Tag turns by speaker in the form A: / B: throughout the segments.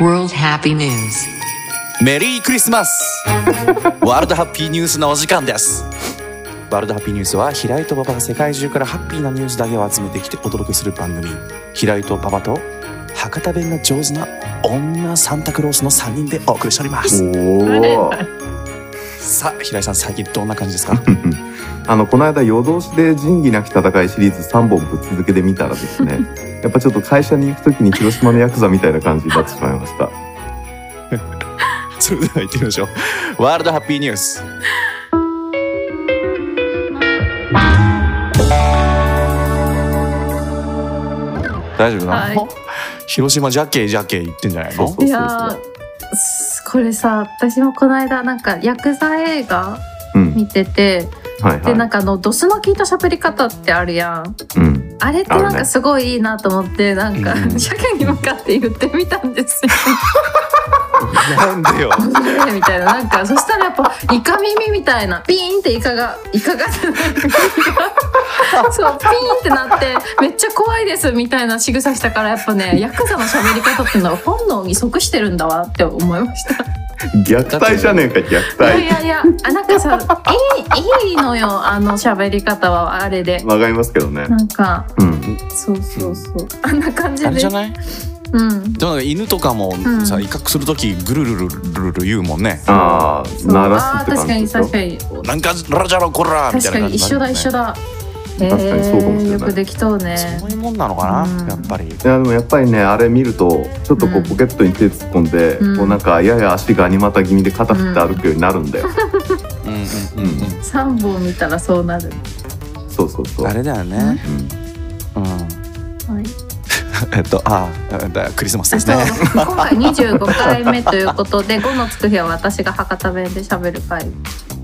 A: World Happy News
B: メリークリスマスワールドハッピーニュースのお時間ですワールドハッピーニュースは平井と馬場が世界中からハッピーなニュースだけを集めてきてお届けする番組平井と馬場と博多弁が上手な女サンタクロースの3人でお送りしております
C: おお。
B: さあ平井さん最近どんな感じですか
C: あの、この間夜通しで仁義なき戦いシリーズ3本ぶっ続けで見たらです ね、やっぱちょっと会社に行くときに広島のヤクザみたいな感じになってしまいました。
B: それでは行ってみましょうワールドハッピーニュース大丈夫かな、
D: はい
B: 広島ジャッケージャッケー言ってんじゃないの
C: そうそうそうそう
D: いやーすこれさ私もこの間なんかヤクザ映画
C: うん。
D: 見てて、
C: はい
D: でな
C: は
D: んかあのドスの効いた喋り方ってあるやん
C: い。うん。
D: あれってなん
C: あるね
D: かすごいいいなと思って、なんか、
B: うん
D: 社会に向かって言ってみたんですよ。
B: なんでよ
D: 面白いみたいななんかそしたらやっぱイカ耳みたいなピーンってイカがイカがそうピーンってなってめっちゃ怖いですみたいな仕草したからやっぱねヤクザの喋り方っていうのは本能に即してるんだわって思いました。
C: 虐待じゃねえか、虐
D: い、やいやいやあなんかさいいいいのよあの喋り方はあれで
C: 待。わかりますけどね。
D: なんか
C: うん。
D: そうそうそうあんな感じ
B: あれじ
D: で
B: ゃ。ない
D: うん
B: でも犬とかも
D: ん
B: さ、威嚇する時ぐるるるるる言うもんね。
C: ああ、鳴らす
D: あ
C: っ
D: ー
C: て
D: 確
C: 感
D: か
C: じ
D: に
C: でしょ
D: 確。かに
B: なんかラジャロコラみたい
D: 確
B: な
D: か
B: 感
D: に
B: じ
D: 一緒だ一緒
B: だ
D: だ。
C: 確かにそうかもしれない
D: えーよくできとうね。
B: そういうもんなのかな、
D: うん
B: やっぱり。
C: いやでもやっぱりねあれ見るとちょっとこ
D: う
C: うんポケットに手突っ込んで、
D: うん
C: こうなんかやや足がアニマタ気味で肩振って歩くようになるんだよ、
B: うん
C: うん
B: うん
C: う
D: 三本見たらそうなる。
C: そうそうそう
B: あれだよね。
C: うん
B: うん。
D: はい。
B: えっとあーだクリスマスですね。
D: そう今回二十五回目ということで、五のつく日は私が博多弁で喋る会っ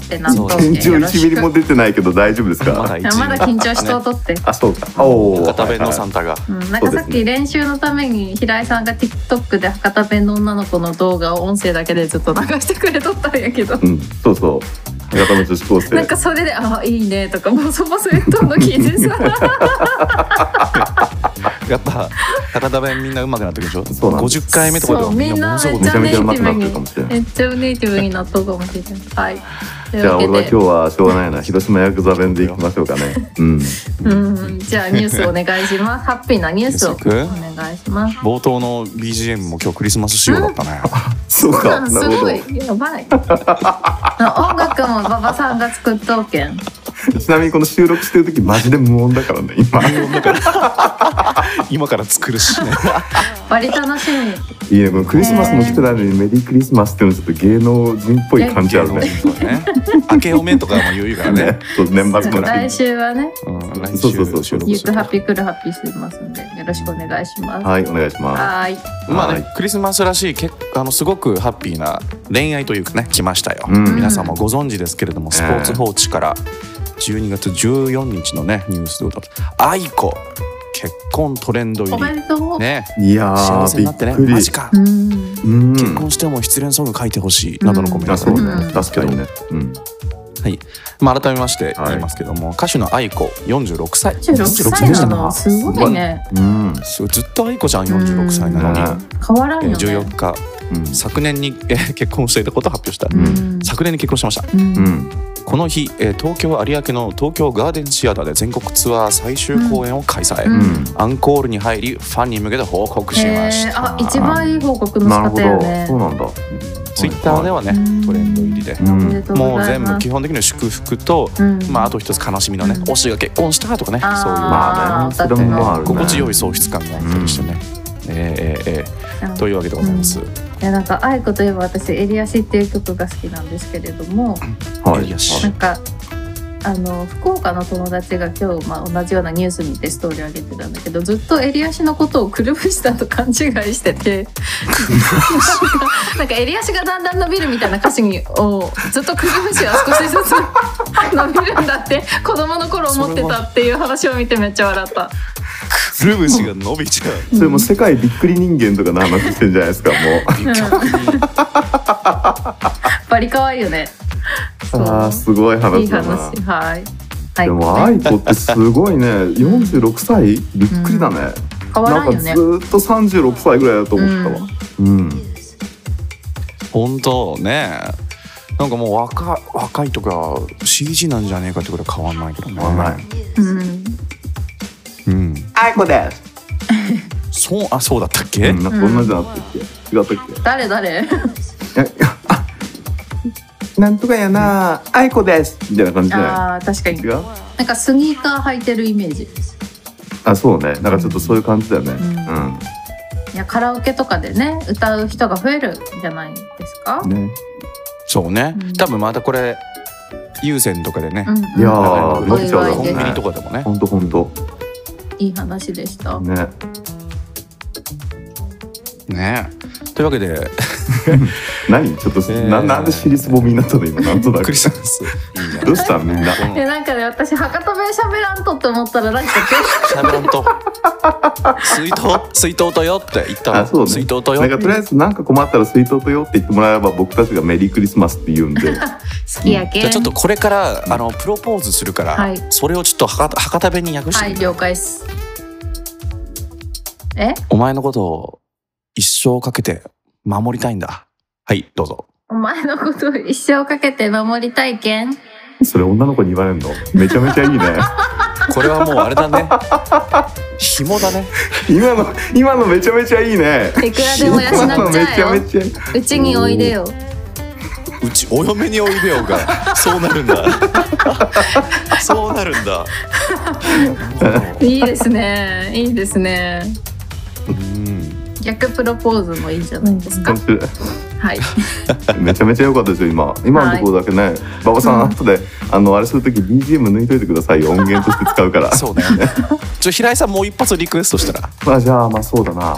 D: てなっと
B: そ
D: っ
B: う
D: て
C: 緊張
D: よろ
C: 1ミ
D: し
C: リも
D: く。
C: 出てないけど大丈夫です
B: まだ
C: か
D: い
B: 一
D: やまだ緊張しとうとって。
C: あそうかおお
B: 片弁のサンタが。
D: うん、なんかさっき練習のために平井さんが TikTok で博多弁の女の子の動画を音声だけでずっと流してくれとったんやけど
C: うんそうそう仲間女子高生
D: なんかそれで「ああいいね」とかもそもそ言っとんの聞いてさ
B: やっぱ博多弁みんな上手くなってくるでしょ。
C: そうなん
B: 五
C: です
B: 十回目とかでも
D: そう
B: みんなものすごく
C: め
D: め
C: ち
D: ち
C: ゃ
D: ゃ
C: め
D: め
C: ち
D: ち
C: ゃう
D: ゃう
C: ま
D: ま
C: く
D: く
C: なっるかもしれな
D: なっててるかめ
C: い
D: っちゃうねイティブになっとうかもしれない。はい。とい
C: じゃあ俺
D: うわ
C: は今日は
D: けで
C: しょうがないな広島ヤクザ弁でいきましょうかねうん
D: うん、じゃあニュースお願いします。ハッピーなニュースをお願いします。
B: 冒頭の BGM も今日クリスマス仕様だったね。
C: そうか
D: うん
C: な
D: す
C: るほ
D: ご
C: ど
D: いやばい。あ音楽も馬場さんが作っとうけん。
C: ちなみにこの収録してる時マジで無音だからね今
B: 今から作るしね。
D: 割り楽しみ。
C: いいねこのクリスマスも来てないのにメリークリスマスっていうのちょっと芸能人っぽい感じあるね
B: そうだね。明けおめとかも言うからね
C: ね。そう年末の
D: 来週はね、
B: うん来週
C: そうそうそう
B: 収録
D: ゆう
B: する
D: くハッピーくるハッピーしてますんで、よろしくお願いします。は
C: はいお願いしま
D: ーい。
B: まあね
C: は、
B: クリスマスらしいけあのすごくハッピーな恋愛というかね来ましたよ、
C: うん
B: 皆さんもご存知ですけれどもスポーツ報知から12月14日のねニュースで歌った愛子結婚トレンド
D: お
B: 入
D: め
B: り
D: でとう。
B: ね
C: すいや
B: 幸せに
C: ーび
B: なってね
C: っくり
B: マジか、
D: うん。
C: うん
B: 結婚しても失恋ソング書いてほしいなどのコメント
C: あそう
B: が
C: ね確かにねうん
B: はいまあ、改めまして
C: はい
B: 言いますけども、歌手の愛子46歳
D: 26歳なの。
B: 46
D: すごいね。
C: うん
B: そうずっと愛子ちゃん46歳なのに、
C: うん
D: 変わらん
B: えー
D: よね。
B: 14日
C: うん
B: 昨年に、えー結婚していたことを発表した、
D: うん
B: 昨年に結婚しました
D: うん
C: うん
B: この日、えー東京有明の東京ガーデンシアターで全国ツアー最終公演を開催、
D: うん
B: アンコールに入りファンに向けて報告しまし
D: えー
B: た、
D: あ、一番いい報告の仕
C: なるほ
D: 方よ
C: ど
D: ね。
C: そうなんだ
B: ツイッターではね、
D: うん
B: トレンド入りで、
C: うん
D: おめでとう
B: も
D: ご
B: う
D: ざい
B: 全部
D: ます
B: 基。本的には祝福と、
D: うん
B: まあ、あと一つ悲しみのね、
D: うん
B: 推しが結婚したとかねそういう
D: あー
C: まあねそれもまああるね
B: 心地よい喪失感があったりしてね、えーえーえーというわけでございます、
D: いやなんか愛子といえば私「エリアシ」っていう曲が好きなんですけれども
C: はい
B: よし
D: なんかあの福岡の友達が今日、まあ、同じようなニュース見てストーリー上げてたんだけどずっとエリアシのことをくるぶしたと勘違いしててなんかなんかエリアシがだんだん伸びるみたいな歌詞にをずっとくるぶしは少しずつ伸びるんだって子供の頃思ってたっていう話を見てめっちゃ笑った。
B: くるぶしが伸びちゃう
C: それもう世界びっくり人間とかの話してんじゃないですかも
B: びっくり
D: バリ可愛いよね。そう
C: うあーすごい
D: い
C: 話
D: い
C: だ
D: 話
C: な
D: はい。はい、
C: でも愛子ってすごいね46歳びっくりだね
D: 変わ
C: な
D: ら
C: ん
D: ん
C: かず
D: よね。
C: ーっと36歳ぐらいだと思ったわ
D: うん
C: ううん
B: 本当ねなんかもう若い若いとか CG なんじゃねえかってことは変わんないけどね
C: 変わんない
D: うん、
B: うん
C: あいこです、
B: そうあそうだったっ
C: え
B: け、
C: うん、なんか女じゃなかったっけ違ったっ
D: 誰誰
C: けいやいやあなんとかやなあいこですみたいな感じじゃな
D: あー確か
C: い
D: に
C: 違う
D: なんかスニーカー履いてるイメージ
C: あそうねなんかちょっとそういう感じだよねうん、
D: いやカラオケとかでね歌う人が増えるんじゃないですか、
C: ね
B: そうね、
D: うん
B: 多分またこれ優先とかでね、
D: うんうん、
C: いやー
B: 流
D: 伸
B: れ
D: び
B: る
D: ちゃうだろう
B: コン
D: ね
B: ビニとかでもね
C: ほんとほんと
D: いい話でした、
C: ね
B: ねというわけで
C: 何ちょっと、
B: えー
C: ななんで尻すぼみになったの今なんとな
B: ク
C: く
B: リスマスいいね
C: どうしたんみんな
D: えなんかね私博多弁喋らんとって思ったらなんか
B: 喋らんと水筒水筒とよって言った
C: あそう
B: の、
C: ね
B: 水筒と
C: なんか
B: よ
C: とりあえずなんか困ったら水筒とよって言ってもらえば僕たちがメリークリスマスって言うん で
D: 好きやけ
B: じゃ
D: ん
B: あちょっとこれからあのプロポーズするから、
D: はい
B: それをちょっと博多博多弁に訳して
D: は
B: み
D: い
B: る、
D: 了解っすえ
B: お前のことを一生かけて守りたいんだはいどうぞ
D: お前のことを一生かけて守りたいけん
C: それ女の子に言われるのめちゃめちゃいいね
B: これはもうあれだね紐だね
C: 今の今のめちゃめちゃいいね
D: いくらでも養っ
C: 今の
D: ち
C: め
D: ゃえ
C: ちゃめ
D: よ
C: ちゃいいう
D: ちにおいでよ
B: うちお嫁においでよがそうなるんだそうなるんだ
D: いいですねいいですね
B: うん
D: 逆プロポーズもいいんじゃないですか、
C: 面白い
D: はい
C: めちゃめちゃ良かったですよ今今のところだけね馬場さん、
D: うん
C: 後であのあれする時 BGM 抜いといてくださいよ音源として使うから
B: そう ねちょ平井さんもう一発リクエストしたら
C: まあじゃあまあそうだなう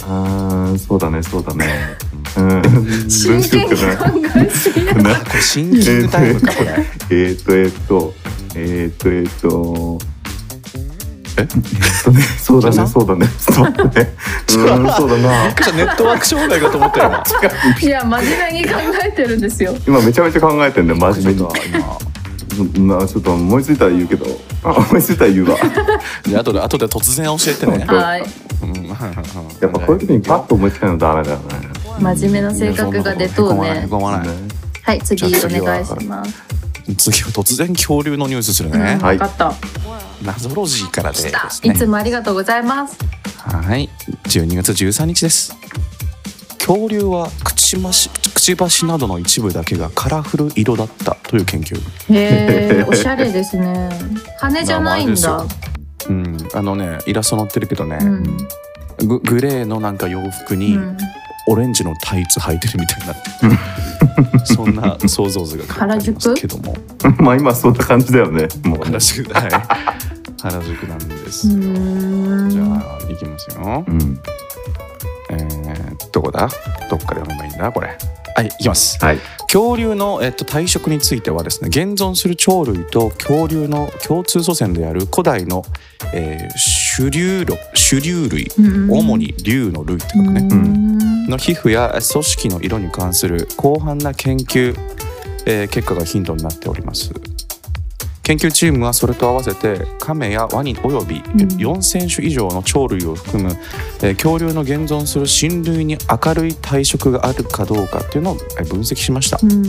C: ーんそうだねそうだねうん
D: 真剣に考えすぎや
C: ね
B: これシンキングタイムかこれ
C: えーっとえーっとえーっとえーっと
B: え
C: えーっとねそうだねそうだねそうだねうーんそうだな
B: ちょっとネットワーク障害かと思ったよ今
D: いや真面目に考えてるんですよ
C: 今めちゃめちゃ考えてんね真面目に
B: 今
C: うんなちょっと思いついたら言うけどあ思いついたら言 うわ
B: で後で後で突然教えてね
D: はい
B: うん
C: やっぱこういう時にパッと思いつかないとダメだよね
D: 真面目な性格が出とう
B: へ
D: ね
B: こまないへこま
C: ね
D: はい次
B: じゃあ
D: お
B: 次は
D: 願いします、
B: ない次は突然恐竜のニュースする
D: うん
B: ね、
C: はい
D: 分かった
B: ナゾロジーからで
D: 来
B: で
D: た
B: す
D: い
B: ね
D: つもありがとうございます
B: はい、12月13日です。恐竜はくちばしくちばしなどの一部だけがカラフル色だったという研究。
D: へえおしゃれですね羽じゃないん
B: まあま
D: だ
B: あうん、あのね、イラスト載ってるけどね、
D: うん
B: ググレーのなんか洋服
D: う
B: に
D: ん
B: オレンジのタイツ履いてるみたいになってる。そんな想像図が描いてありますけども、
C: まあ今そんな感じだよねもうね
B: 原宿はい、原宿なんですよ。
D: う
B: じゃ
D: ん
B: あ行きますよ
C: う。ん
B: えー、どこだ？どっから読めばいいんだこれ。はい、行きます。
C: はい
B: 恐竜の、えっと、体色についてはですね現存する鳥類と恐竜の共通祖先である古代の、えー種竜類種竜類
D: うん
B: 主に竜の類って書くね、
D: うん
B: の皮膚やえ組織の色に関する広範な研究、えー結果がヒントになっております研究チームはそれと合わせてカメやワニおよび
D: ん
B: 4,000種以上の鳥類を含む、えー恐竜の現存する親類に明るい体色があるかどうかっていうのをえー分析しました
D: うん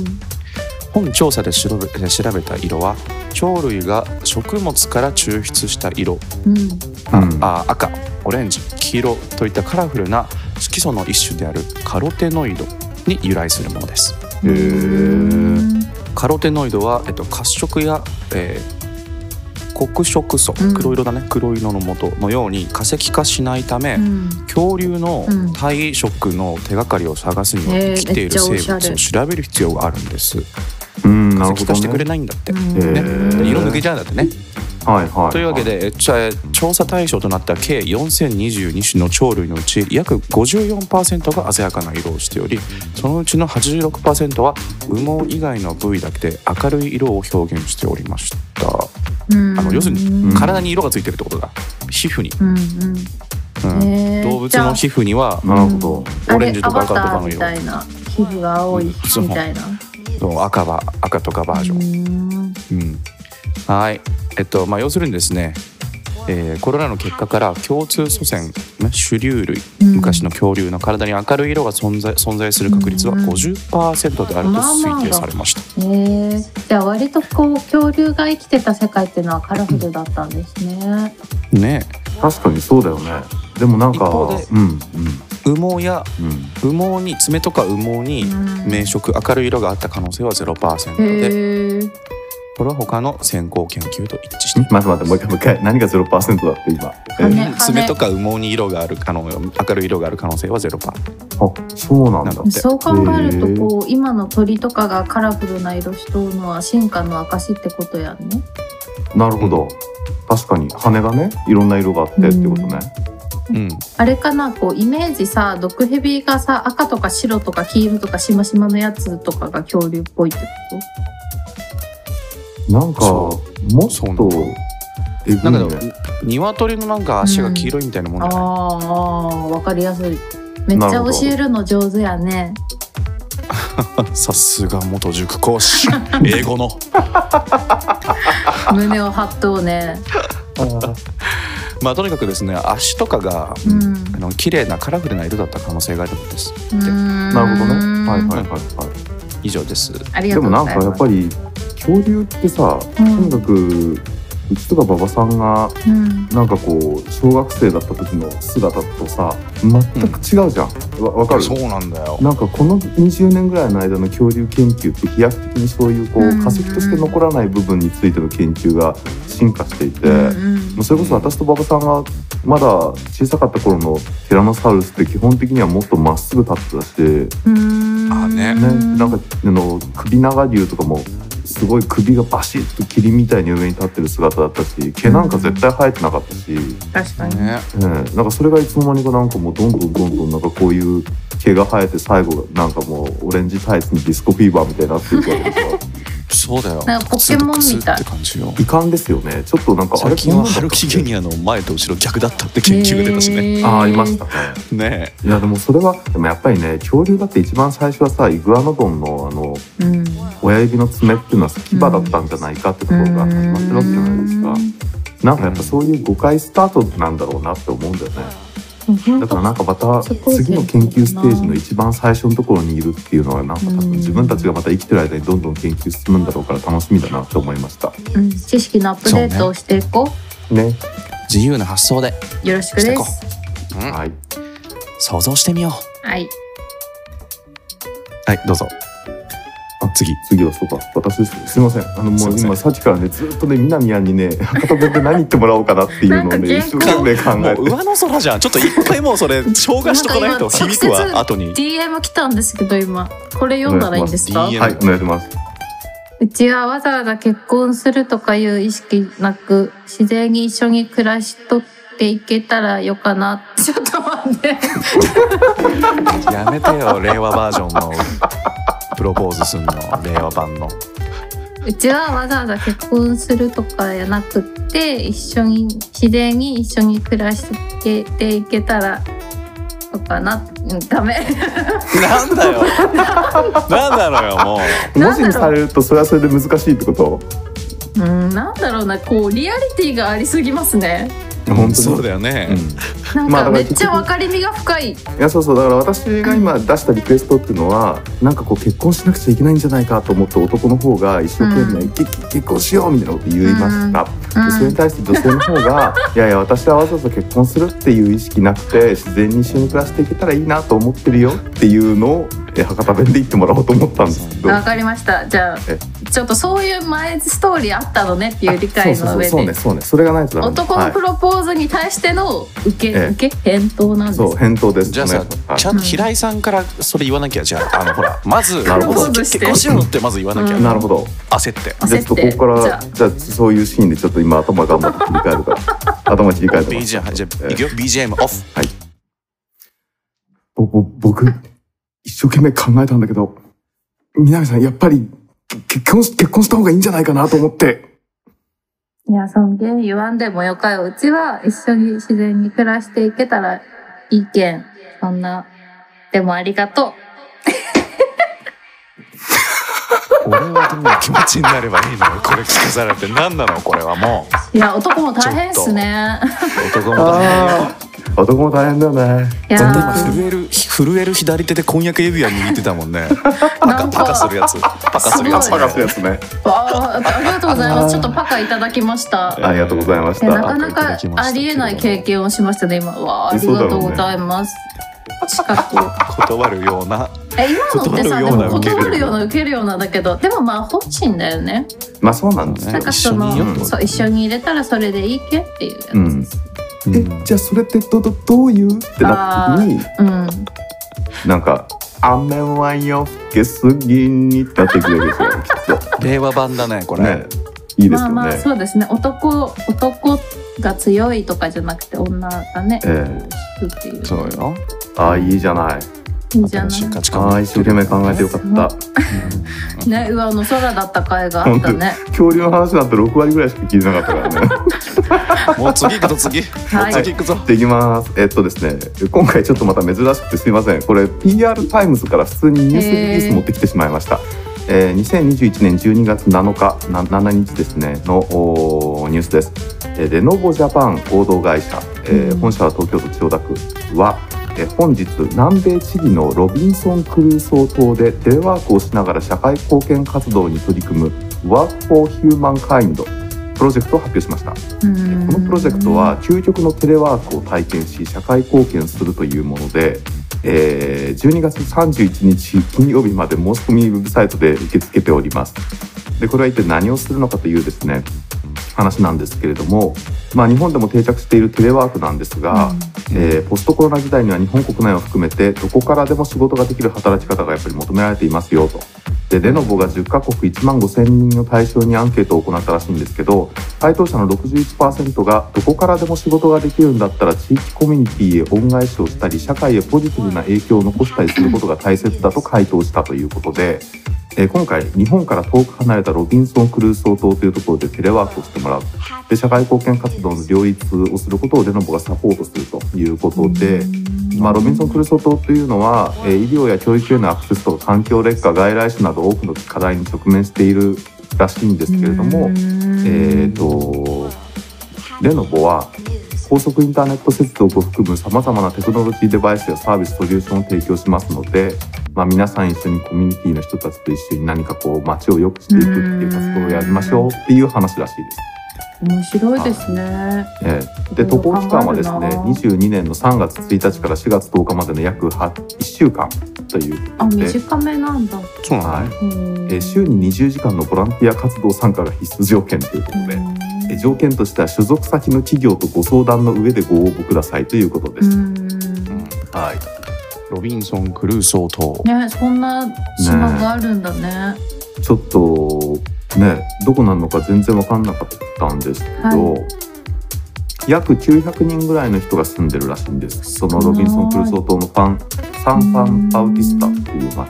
B: 本調査で調べ調べた色は鳥類が食物から抽出した色、
D: うん
C: う
B: あ
C: ん
B: あ赤オレンジ黄色といったカラフルな色素の一種であるカロテノイドに由来するものです
C: へー
B: カロテノイドは、えっと、褐色や、えー黒色素
D: うん
B: 黒色だね、黒色の元のように化石化しないため、
D: うん
B: 恐竜の
D: うん
B: 体色の手がかりを探すには
D: へー
B: 生きている生
D: めっちゃおし
B: 物を
D: ゃれ
B: 調べる必要があるんです、
C: うんな
B: 化
C: る
B: 石
C: ほ
B: 化して
C: ど
B: くれ
C: ね
B: ないんだって、
D: うん
C: へ
B: ね
C: ー
B: 色抜けちゃうんだってね
C: はいはい
B: というわけで、えちゃえ調査対象となった計4022種の鳥類のうち約54%が鮮やかな色をしておりそのうちの86%は羽毛以外の部位だけで明るい色を表現しておりました、
D: うん
B: あの要する
D: に
C: うん
B: 体に色がついてるってことだ皮膚に、
D: うん
B: うん
D: うんへー
B: 動物の皮膚には
C: なるほど
D: じゃあ
B: オレンジとか赤と
D: あれ
B: か
D: アバター
B: の
D: み
B: 色
D: たいな皮膚が青いみたいな
B: そう赤は赤とかバージョン、
D: ン
B: うんはいえっとまあ要するにですねえーこれらの結果から共通祖先ね種竜類
D: うん
B: 昔の恐竜の体に明るい色が存在存在する確率は
D: うん
B: 50%であると推定されました。
D: えー、じゃあ割とこう恐竜が生きてた世界っていうのはカラフルだったんですね。
B: ね
C: 確かにそうだよねでもなんか
B: 一方で
C: うんうん
B: 羽毛や
C: うん
B: 羽毛に爪とか羽毛に明色明るい色があった可能性は0%で
D: へー
B: これは他の先行研究と一致してい
C: ん待って待ってもう一回もう一回何が0%だって今え
D: 羽
B: る爪とか羽毛に色がある可能明るい色がある可能性は0%
C: あそうなんだ
B: なんか
D: そう考えるとこう今の鳥とかがカラフルな色しとうのは進化の証ってことやんね。
C: なるほど確かに羽がねいろんな色があってってことね
B: うん
D: あれかなこうイメージさ毒ヘビがさ赤とか白とか黄色とかしましまのやつとかが恐竜っぽいってこ
C: なんかも
B: そ
C: っ
B: そうなん
C: と
B: だ
C: えぐい
B: な
C: ね
B: んかでも鶏のなんか足が黄色いみたいなも
D: と
B: んじゃない
D: あーあーわかりやすい。めっちゃ
C: なるほ
D: 教
C: ど
D: えるの上手や ね。
B: さすが元塾講 師英語の
D: 胸を張っとうね。
B: まあとにかくですね足とかが
D: うん。
B: あの綺麗なカラフルな色だった可能性があるんです
C: なるほどねはい
D: い。
C: はいはいはい
B: 以上です
D: ありが
C: で
D: とう
C: もな
D: ござ
C: んか
D: います。
C: やっぱり恐竜ってさ、
D: うん
C: とにかくうちとか馬場さんが
D: うん
C: なんかこう小学生だった時の姿とさ全く違うじゃん、わわかる
B: そうなんだよ
C: なんかこの20年ぐらいの間の恐竜研究って飛躍的にそういうこう
D: うん
C: 化石として残らない部分についての研究が進化していて、
D: うん
C: もうそれこそ私と馬場さんがまだ小さかった頃のティラノサウルスって基本的にはもっとまっすぐ立ってたし
D: うん
B: あね
C: ね、なんかあの首長竜とかもすごい首がバシッと霧みたいに上に立ってる姿だったし毛なんか絶対生えてなかったし、
D: 確かに。
B: ね
C: ねなんかそれがいつの間にかなんかもうどんどんどんどんなんかこういう毛が生えて最後なんかもうオレンジタイツにディスコフィーバーみたいになっていくわけですよ
B: そうだよ
D: なんかポケモンみたい
B: くすっとくすって感じよ
C: 遺憾ですよねちょっとなんかあれ
B: 最近はハルキ
C: 気
B: ゲニアの前と後ろ逆だったって研究が出たしね。
D: へー
C: ああいましたね
B: ね
C: いやでもそれはでもやっぱりね恐竜だって一番最初はさイグアノドンのあの
D: うん。
C: 親指の爪っていうのは牙だったんじゃないかってところが始まってるわけじゃないですか。なんかやっぱそういう誤解スタートなんだろうなって思うんだよね。
D: うん。
C: だからなんかまた次の研究ステージの一番最初のところにいるっていうのはなんか多分自分たちがまた生きてる間にどんどん研究進むんだろうから楽しみだなって思いました。
D: うん知識のアップデートをしていこう。
C: ね。
B: 自由な発想で
D: よろしくで
B: していこ
D: す。
B: うん
C: はい。
B: 想像してみよう。
D: はい。
B: はいどうぞ。あ次。
C: 次はそうか。私ですね。すいません。あのもう
B: すいま
C: 今さっきからね、ずっとね、南アにね、片手で何言ってもらおうかなっていうのを
D: なんか
C: ね、
D: 原
C: 一生
D: 稿
C: 懸命考
B: も
C: え
B: う
C: て。
B: 上の空じゃん。ちょっと一回もうそれ消化しとかない と響く
D: なんか今
B: わ後 に。
D: DM 来たんですけど今これ読んだらいいんですか
B: お願いします DM
C: はい、お願いします。
D: うちはわざわざ結婚するとかいう意識なく自然に一緒に暮らしとっていけたらよかなちょっと待って
B: やめてよ令和バージョンのプロポーズすんの令和版の。
D: うちはわざわざ結婚するとかやなくって一緒に自然に一緒に暮らしてていけたらとかなうんダメ
B: なんだよ。なんだろうよもう。
C: 文字にされるとそれはそれで難しいってこと
D: うんなんだろうなこうリアリティがありすぎますね
C: 本当
B: そう
C: に。
B: だよね。
C: うん
D: なん
C: まあ
D: か
C: だか
D: め
C: ら
D: っちゃ分かりみが深い
C: いやそうそうだから私が今出したリクエストっていうのはなんかこう結婚しなくちゃいけないんじゃないかと思って男の方が一生懸命、
D: う
C: けけ結婚しようみたいなこと言いました、
D: うん
C: でそれに対して女性の方 がいやいや私はわざわざ結婚するっていう意識なくて自然に一緒に暮らしていけたらいいなと思ってるよっていうのをえ博多弁で言ってもらおうと思ったんですけど
D: わかりましたじゃあ
C: え
D: ちょっとそういう前ストーリーあったのねっていう理解の上
C: そうそうそうそうね
D: で
C: そうねそれがないとダメ
D: 男のプロポーズに対しての受け、
C: ええ
D: 受け返答なん
C: はい、
D: です
C: そう返答です
B: じゃあ
C: お
B: さ
C: 願いしま、す
B: ちゃんと平井さんからそれ言わなきゃじゃああのほらまず
C: なるほど
B: 結婚しろってまず言わなきゃ
D: う
C: はいなるほど
B: 焦って。
C: じゃあちょっとここか
D: じ
C: ら
D: ゃあ
C: じゃあそういうシーンでちょっと今頭頑張って切り替えるから 頭切り替えてます
B: BGM はいじゃあいくよ BGM オフ。
C: ぼ、ぼ、僕、一生懸命考えたんだけど、南さん、やっぱり、け結婚し、結婚した方がいいんじゃないかなと思って。
D: いや尊厳言わんでもよかようちは一緒に自然に暮らしていけたらいいけんそんなでもありがとう
B: 俺はどんな気持ちになればいいのよこれ聞かされて何なのこれはも
D: いや男も大変っ すね
B: う男もだね
C: ああ男も大変だね
D: いや
B: だって今
D: ー
B: 震える震える左手で婚約指輪握ってたもん ねパカパカするやつパカするやつ
D: すごい
C: 探すやつね
D: あーありがとうございますちょっとパカいただきました
C: ありがとうございまし
D: いやなか
C: た
D: なかありえない経験をしましたね今わあありがとうございます、資 格
B: 断るような
D: え今のってさで
B: 断るような
D: も
B: 受ける
D: 断るような受けるようなだけどでもまあ本心だよね
C: まあそうなんです
D: な
C: よ
D: んかそ
B: 一緒
D: の
B: にいよってこと
D: そう一緒に入れたらそれでいいけっていうやつ
C: うんえじゃあそれってどどどういうってなった時に
D: うん
C: なんか「雨は夜更けすぎに」ってなっていくわけですよき っ
B: 令和版だねことれ、
C: ねいいですよ
D: まあ
C: ね、
D: まあそうですね男男が強いとかじゃなくて女がね
C: ええ
D: 引くっていう
B: そうよ
C: ああいいじゃない
D: いいんじゃない
B: 新しい価値観
C: ああ一生懸命考えてよかった
B: うん
D: ね上の空だった回があったね
C: 恐竜の話なんて6割ぐらいしか聞いてなかったからね
B: もう次行くぞ次、
D: はい
B: もう次行くぞ
C: できます。えっとですね、今回ちょっとまた珍しくてすいません。これ PR タイムズから普通にニュースリリース持ってきてしまいました。えー2021年12月7日な7日ですねのおーニュースです。えーレノボジャパン合同会社、えー
D: うん
C: 本社は東京都千代田区は、えー本日南米チリのロビンソンクルーソー島でテレワークをしながら社会貢献活動に取り組む Work for Humankind プロジェクトを発表しました。
D: うん
C: このプロジェクトは究極のテレワークを体験し社会貢献するというもので、えー12月31日金曜日まで申し込みウェブサイトで受け付けておりますでこれは一体何をするのかというですね話なんですけれども、まあ、日本でも定着しているテレワークなんですが、えーポストコロナ時代には日本国内を含めてどこからでも仕事ができる働き方がやっぱり求められていますよと。でレノボが10カ国1万5000人を対象にアンケートを行ったらしいんですけど回答者の61%がどこからでも仕事ができるんだったら地域コミュニティへ恩返しをしたり社会へポジティブな影響を残したりすることが大切だと回答したということで、えー今回日本から遠く離れたロビンソン・クルーソー島というところでテレワークをしてもらうで社会貢献活動の両立をすることをレノボがサポートするということで、まあ、ロビンソン・クルソー島というのは、えー医療や教育へのアクセスとか環境劣化外来種など多くの課題に直面しているらしいんですけれども、えー、とレノボは高速インターネット接続を含むさまざまなテクノロジーデバイスやサービスソリューションを提供しますので、まあ、皆さん一緒にコミュニティの人たちと一緒に何かこう街を良くしていくっていう活動をやりましょうっていう話らしいです。
D: 面白いですね
C: ええで渡航期間はですね22年の3月1日から4月10日までの約1週間という、
D: あ短めなんだ
B: そうな
C: は
B: の
C: いえー週に20時間のボランティア活動参加が必須条件ということで、えー条件としては所属先の企業とご相談の上でご応募くださいということです。はい、
B: ロビンソン・クルーソー島
D: ねそんな島があるんだね
C: ちょっとねどこなのか全然分かんなかったんですけど、約900人ぐらいの人が住んでるらしいんですそのロビンソン・クルソー島のパンサン・パン・パウティスタっていう町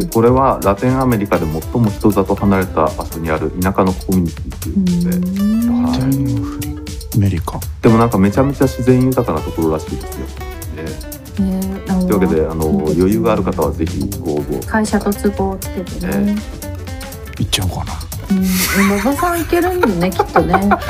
C: でこれはラテンアメリカで最も人里離れた場所にある田舎のコミュニティということで、
D: うん
C: はい
B: アメリカ
C: でもなんかめちゃめちゃ自然豊かなところらしいですよ。で
D: ねあの
C: というわけであの余裕がある方はぜひご応募
D: 会社と都合つけてね、
B: 行っちゃおうかな
D: うん、馬場さんいけるんだねきっとねなん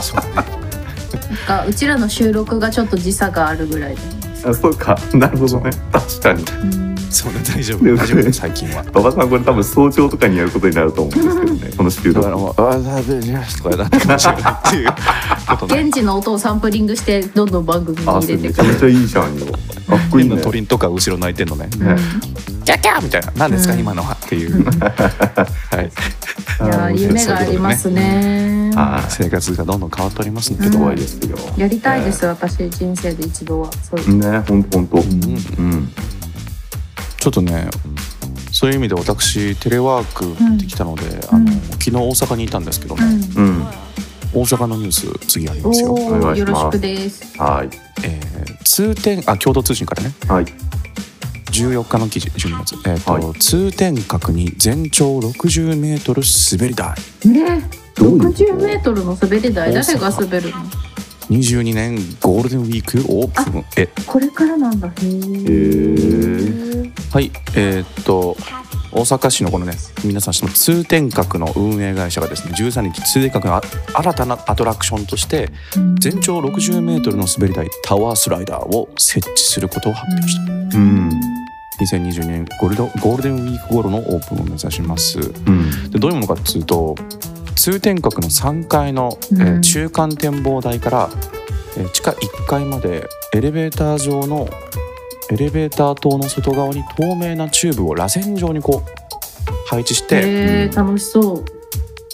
B: そうね
D: かうちらの収録がちょっと時差があるぐらいで、
C: あそうかなるほどね確かに
D: うん、
B: それ大丈
C: 了
B: 夫
C: 解
B: 大丈夫最近は
C: 馬場さんこれ多分早朝とかにやることになると思うんですけどねこの収
B: だ
C: 録
B: からもう「ああだべじゃ」とかなってかもしれないっていうことね
D: 現地の音をサンプリングしてどんどん番組に
C: あ
D: 入
C: そ
D: れ
C: れめ
D: てく
C: ちゃめちゃいいじゃんよかっこいい
B: 変
C: ね
B: な鳥とか後ろ鳴いてんのね
D: る、
C: ね
B: 「キャッキャー!」みたいな「何ですか
D: うん
B: 今のは」っていうはい
D: うん、いや
C: あ
D: ー
C: ー
D: 夢がありますね
C: は
B: 生活がどんどん変わっておりますけ
C: いす
B: ど
C: ごいですよ
D: やりたいです、私人生で一度はそういう
C: ねほんとほんと
B: うん
C: うん
B: ちょっとねそういう意味で私テレワークできたので、あ
D: う
B: の
D: ん
B: 昨日大阪にいたんですけどね、
D: う
C: うん
B: 大阪のニュース次あり
D: ん、
B: ますよ、
D: お
C: お
D: お
C: 願いし
D: よ
C: ます
D: ろしくです
C: はい
B: えー通天あ共同通信からね
C: はい
B: 14日の記事12月、えーと
C: は
B: 通天閣に全長60メートル滑り台
D: ね
C: どういうこと
D: 60メートルの滑り台誰が滑るの
B: 22年ゴールデンウィークオープンへ
D: これからなんだへ
C: へ
D: ー
B: はいえーっと大阪市のこのね皆さん知っても通天閣の運営会社がですね13日通天閣のあ新たなアトラクションとして全長60メートルの滑り台タワースライダーを設置することを発表した
C: うん
B: 2022年ゴールドゴールデンウィーク頃のオープンを目指します
C: うん
B: でどういうものかっていうと通天閣の3階の、えー
D: うん
B: 中間展望台から、えー地下1階までエレベーター上のエレベーター塔の外側に透明なチューブを螺旋状にこう配置して
D: えー、楽しそう。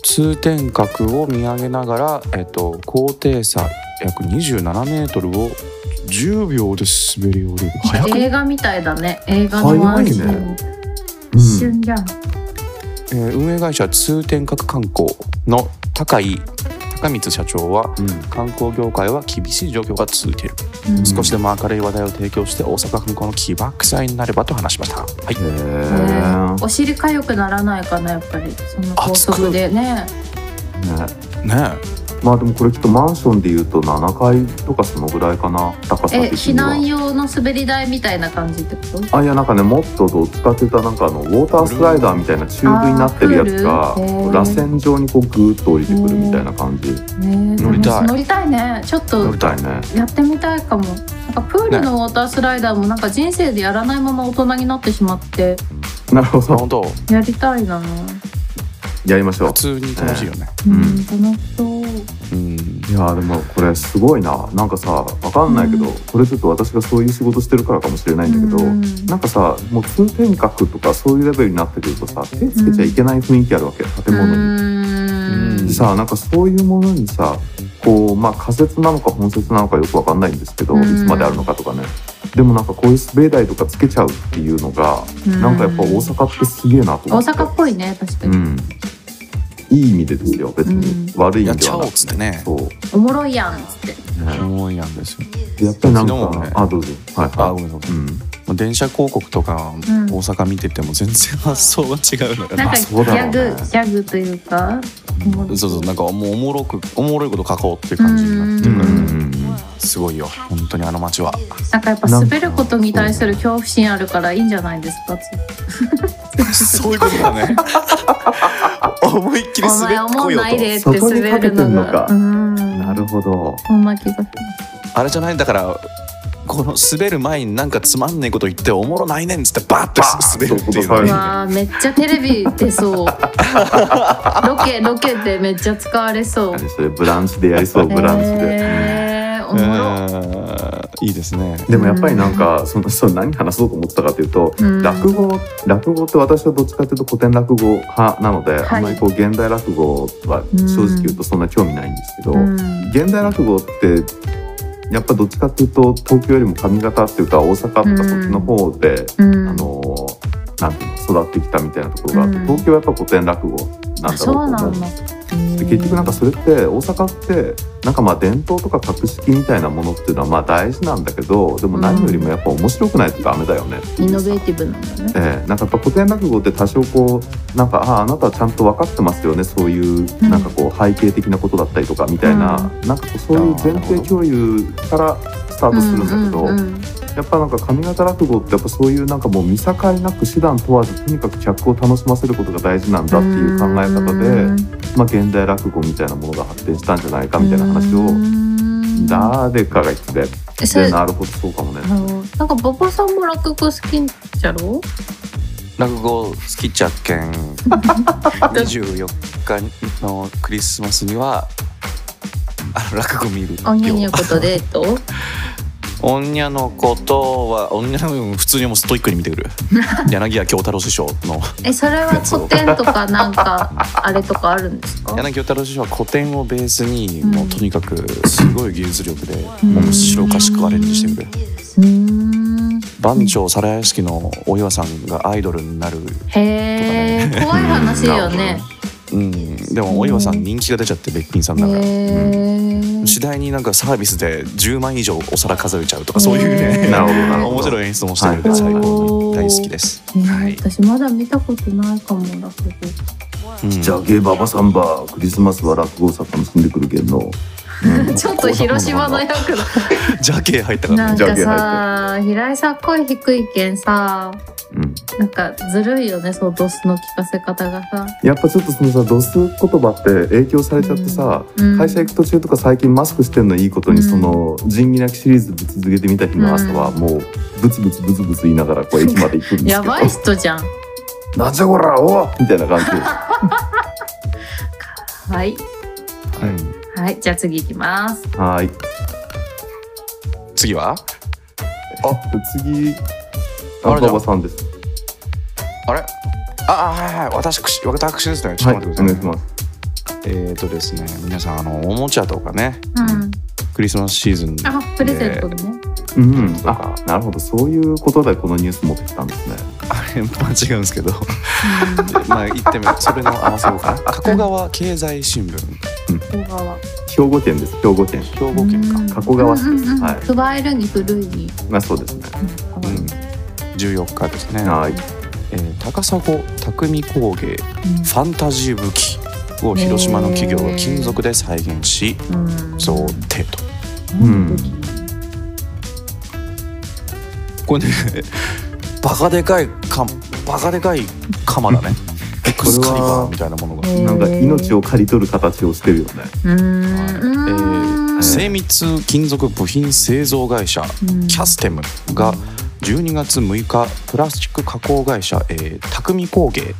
B: 通天閣を見上げながら、えっと高低差約27メートルを10秒で滑り降りる早く、
D: 映画みたいだね。映画のワンシー
C: 早い
D: ン。
C: うん
D: 一瞬じゃん。
B: えー運営会社通天閣観光の高井高光社長は観光業界は厳しい状況が続いている
D: うん
B: 少しでも明るい話題を提供して大阪観光の起爆剤になればと話しましたはい
C: へ
D: え
C: ー
D: ーお尻かゆくならないかなやっぱりその高速でね
C: ね
B: ね
C: まあでもこれきっとマンションでいうと7階とかそのぐらいかな高さ
D: え
C: 的
D: 避
C: に
D: 難
C: は。
D: 用の滑り台みたいな感じってこと
C: あいやなんかねもっとどっちかっていうとなんかあのウォータースライダーみたいなチューブになってるやつが
D: あークールへー
C: 螺旋状にこうグーッと降りてくるみたいな感じ
D: ね
B: 乗りたい
D: 楽し乗りたいねちょっ
C: 乗
D: と
C: りたいね。
D: やってみたいかもなんかプールのウォータースライダーもなんか人生でやらないまま大人になってしまって
C: なるほ
B: なる
C: ど
B: ほど
D: やりたいな、
C: やりましょ
B: 普
C: う。
B: 通に楽しいよね
D: う
C: うんん
D: 楽しそう
B: うん
C: いやーでもこれすごいななんかさわかんないけど、
D: うん
C: これちょっと私がそういう仕事してるからかもしれないんだけど、
D: うん
C: なんかさもう通天閣とかそういうレベルになってくるとさ手つけちゃいけない雰囲気あるわけ建物に。
D: う
B: うん
D: ん
C: でさなんかそういうものにさこうまあ仮説なのか本説なのかよくわかんないんですけど、
D: うん
C: いつまであるのかとかねでもなんかこういう滑り台とかつけちゃうっていうのが、なんかやっぱ大阪ってすげえなと
D: 大
C: 思って
D: 阪っぽいね確か
C: う
D: に、
C: んいい意味でですよ別に、悪い意
B: やっ
C: 味で
B: ちゃ
C: は
B: おう
C: な
B: っ
C: く
B: つってね
C: そう
D: おもろいやんっつって
C: ね
B: 思いなんですよ
C: でやっぱりなん
B: 昨日
C: か、
B: もね
C: あどうぞはい
B: あごめんなさ
C: う
B: い
C: ん
B: もう電車広告とか
D: うん
B: 大阪見てても全然発想が違うのよ
D: なん
B: な
D: か
B: そ
D: ギ
C: そうだろ
D: ャ
C: うね
D: グ、ギャグというか
B: うそうなんかもうおもろくおもろいこと書こうっていう感じになって
C: う
B: るからね
C: ん
B: すごいよ本当にあの街は
D: なんかやっぱ滑ることに対する恐怖心あるからいいんじゃないですかつって
B: そういうことだ ね思いっきり
D: お
B: 滑
D: 前
B: っ
D: 思
B: こ
D: わ
B: よ
D: ない
B: と
D: でって滑るのが
C: そこにかけてんのか
D: うん
C: なるほど
D: そんな気がする
B: あれじゃないだからこの滑る前になんかつまんねえこと言っておもろないねんっつってバーッと
C: バーッ
B: 滑るっていう
C: そう
B: ね
C: いうこと
D: わあめっちゃテレビ 出そうロケロケでめっちゃ使われそう
C: あれそれブランチでやりそうブランチで、
D: えー、お
B: う
D: もろ、
B: んいいですね
C: でもやっぱりなんかそのそう何話そうと思ってたかというと、
D: うん
C: 落語落語って私はどっちかというと古典落語派なので、
D: はい
C: あんまりこう現代落語は正直言うとそんな興味ないんですけど、
D: うん
C: 現代落語ってやっぱどっちかというと東京よりも上方っていうか大阪とかそっちの方で、
D: うん
C: あのーなんていうの育ってきたみたいなところがあって、
D: うん
C: 東京はやっぱ古典落語なん
D: あ
C: だろ
D: そ
C: うと
D: うな
C: 思うんん
D: だ
C: ですで結局なんかそれって大阪ってなんかまあ伝統とか格式みたいなものっていうのはまあ大事なんだけどでも何よりもやっぱ面白くないとダメだよねって
D: イ
C: い
D: ノ
C: うさ
D: ベーティブなんだね
C: ええなんかやっぱ古典落語って多少こうなんかあああなたはちゃんと分かってますよねそういう
D: うん
C: なんかこう背景的なことだったりとかみたいな、なんかこうそういう前提共有からスタートするんだけど、
D: うんうんうん
C: やっぱなんか上方落語ってやっぱそういうなんかもう見境なく手段問わずとにかく客を楽しませることが大事なんだっていう考え方で。まあ、現代落語みたいなものが発展したんじゃないかみたいな話を
D: うん
C: 誰かが言ってて
D: えそれ
C: でなるほどそうかもね
D: あのなんかボボさんも落語好きんじゃろ
B: 落語好きちゃっけん24日のクリスマスにはあの落語見る
D: あにゃにゃことデート
B: おんにゃのことはおんにゃの普通にもうストイックに見てくる柳家京太郎師匠の
D: えそれは古典とかな んかあれとかあるんですか
B: 柳家京太郎師匠は古典をベースに、
D: うん
B: もうとにかくすごい技術力で
D: ん
B: 面白おかしくアレンジしてくれる
D: うーん
B: 番長皿屋敷のお岩さんがアイドルになる
D: へえ怖い話よね
B: うんでもお岩さん人気が出ちゃってべっぴんさん
D: へ
B: だから、
D: え
B: 次第になんかサービスで10万以上お皿飾れちゃうとかそういう
D: へ
B: ね
D: ー
C: なるほどなるほど
B: 面白い演出もしてくれて
C: はい
B: 最高に大好きです。はい。
D: 私まだ見たことないかも落語
B: うん
C: じゃあゲーババサンバクリスマスは落語さ楽しんでくるけんの、うん
D: ちょっと広島の 役だ
B: ジャケ入ったから
D: なん
B: ね。
D: かさ平井さん声低いけんさ
C: うん、
D: なんかずるいよねそのドスの聞かせ方がさ、
C: やっぱちょっとそのさドス言葉って影響されちゃってさ、
D: うん、
C: 会社行く途中とか最近マスクしてんのいいことに、
D: うん
C: その仁義なきシリーズぶつ続けてみた日の朝はもうブツブツブツブツ言いながらこう駅まで行くんですけど
D: やばい人じゃん
C: なんじゃこらおうみたいな感じで
D: はい
B: うん
D: はいじゃあ次行きます
C: はーい
B: 次は
C: あ次
B: あれ
C: あ馬
B: じゃん
C: 場さんです
B: あれああはいはい私私ですねちょ
C: は
B: っ
C: い
B: と待
C: お
B: ってください、
C: 願いします
B: えっ、ー、とですね皆さんあのおもちゃとかね
D: うん
B: クリスマスシーズン
D: あプレゼントでね、
C: うん
B: と
C: あ
B: か
C: なるほどそういうことでこのニュース持ってきたんですね
B: あれまあ違うんですけど まあ言ってみそれの合わせようかな加古川経済新聞
D: うん小川
C: 兵庫県です兵庫県
B: 兵庫県か、
C: 加古川市です
D: うんうんうん
C: はい
D: 加えるに古いに、
C: まあそうですね
D: うん
B: うん、14日ですね、
C: はーい
B: えー高砂匠工芸ファンタジー武器を広島の企業が金属で再現し
D: うん
B: 贈呈と
C: うん
B: これね バカでかいかバカでかい鎌だ ねエクスカリバーみたいなものが、
D: へー
C: なんか命を刈り取る形をしてるよね
D: うん
B: はいえ
D: うん
B: ー精密金属部品製造会社
D: うん
B: キャステムが12月6日プラスチック加工会社、えー、匠工芸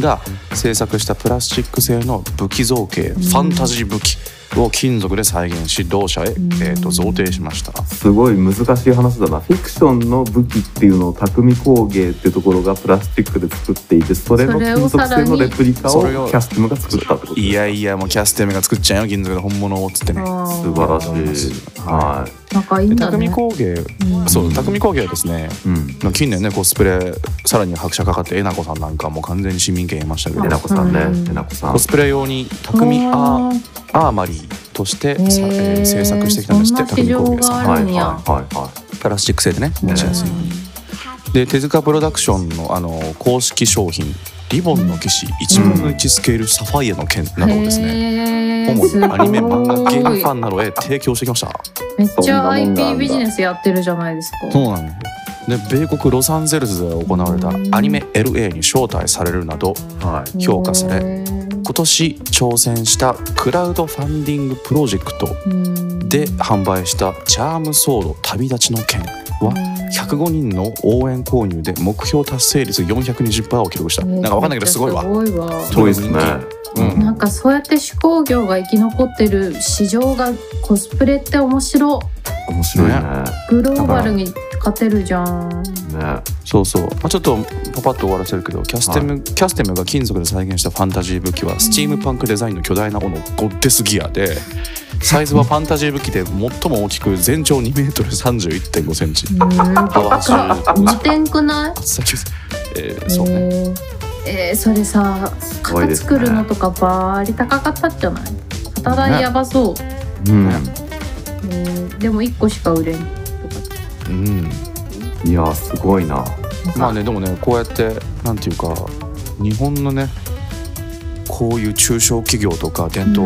B: が制作したプラスチック製の武器造形、ファンタジー武器を金属で再現し同社へ、
D: ん
B: えー、と贈呈しました
C: すごい難しい話だなフィクションの武器っていうのを匠工芸っていうところがプラスチックで作っていてそれの
D: それ
C: 金
D: を
C: 属
D: さらに
C: 製のレプリカを
B: そ
C: キ
B: れを
C: ャステムが作ったってこと
B: いやいやもうキャステムが作っちゃうよ金属の本物をっつってね
C: 素晴らしいは
D: なんかいい
B: で
D: んだ
B: 匠
D: ね
B: 工芸
D: うん
B: そう匠工芸はですね
C: いうん
B: まあ近年ねコスプレさらに拍車かかってえなこさんなんかもう完全に市民権得ましたけど
C: えなこさん
D: うん
C: ねえなこさん
B: コスプレ用に匠アー
D: あー
B: アーマリーとしてさ、
D: へー
B: えー制作してきたんですって
D: そんな
B: 匠
D: 市場
B: 工芸さんは
D: があ
C: は
D: る
C: い
D: ん
C: はい
D: や
C: はいは
B: プラスチック製でね
D: うん
B: 持ちやすいようにで手塚プロダクションのあの公式商品リボンの騎士1分の1スケールサファイアの剣などをですね、
D: へー
B: 主にアニメ漫画
D: す
B: ゲー
D: ご
B: ム
D: い
B: ファンなどへ提供してきました
D: めっちゃ
C: そんなもんがある
D: IP
C: んだ
D: ビジネスやってるじゃないですか。
B: そうなんだで米国ロサンゼルスで行われたアニメ LA に招待されるなど
C: いはい
B: 評価され
D: へー
B: 今年挑戦したクラウドファンディングプロジェクト
D: うん
B: で販売したチャームソード旅立ちの剣は105人の応援購入で目標達成率420%を記録した、
D: う
B: な
D: ん
B: んかわかんないけどすごいわ
D: すごいわ。
C: すごいですね
B: う
C: うん
B: ん
D: なんかそうやって手工業が生き残ってる市場がコスプレって面白
C: 面白いね
D: グローバルに勝てるじゃん。
C: ね
B: そうそう、まあ、ちょっとパパッと終わらせるけどキャステム、キャステムが金属で再現したファンタジー武器はスチームパンクデザインの巨大な斧ゴッデスギアでサイズはファンタジー武器で最も大きく全長 2m31.5 センチ
D: うんバ
B: 幅
D: カ
B: 85
D: 似てんくない？
B: 厚さ9えー、そうね
D: へー。えーそれさ
C: すごい
D: 型
C: です
D: 作
C: ね
D: るのとかバーリ高かったじゃない？型代やばそう。
C: うん
D: うんでも一個しか売れん。
B: うん
C: いやすごいな
B: まあねでもねこうやってなんていうか日本のねこういう中小企業とか伝統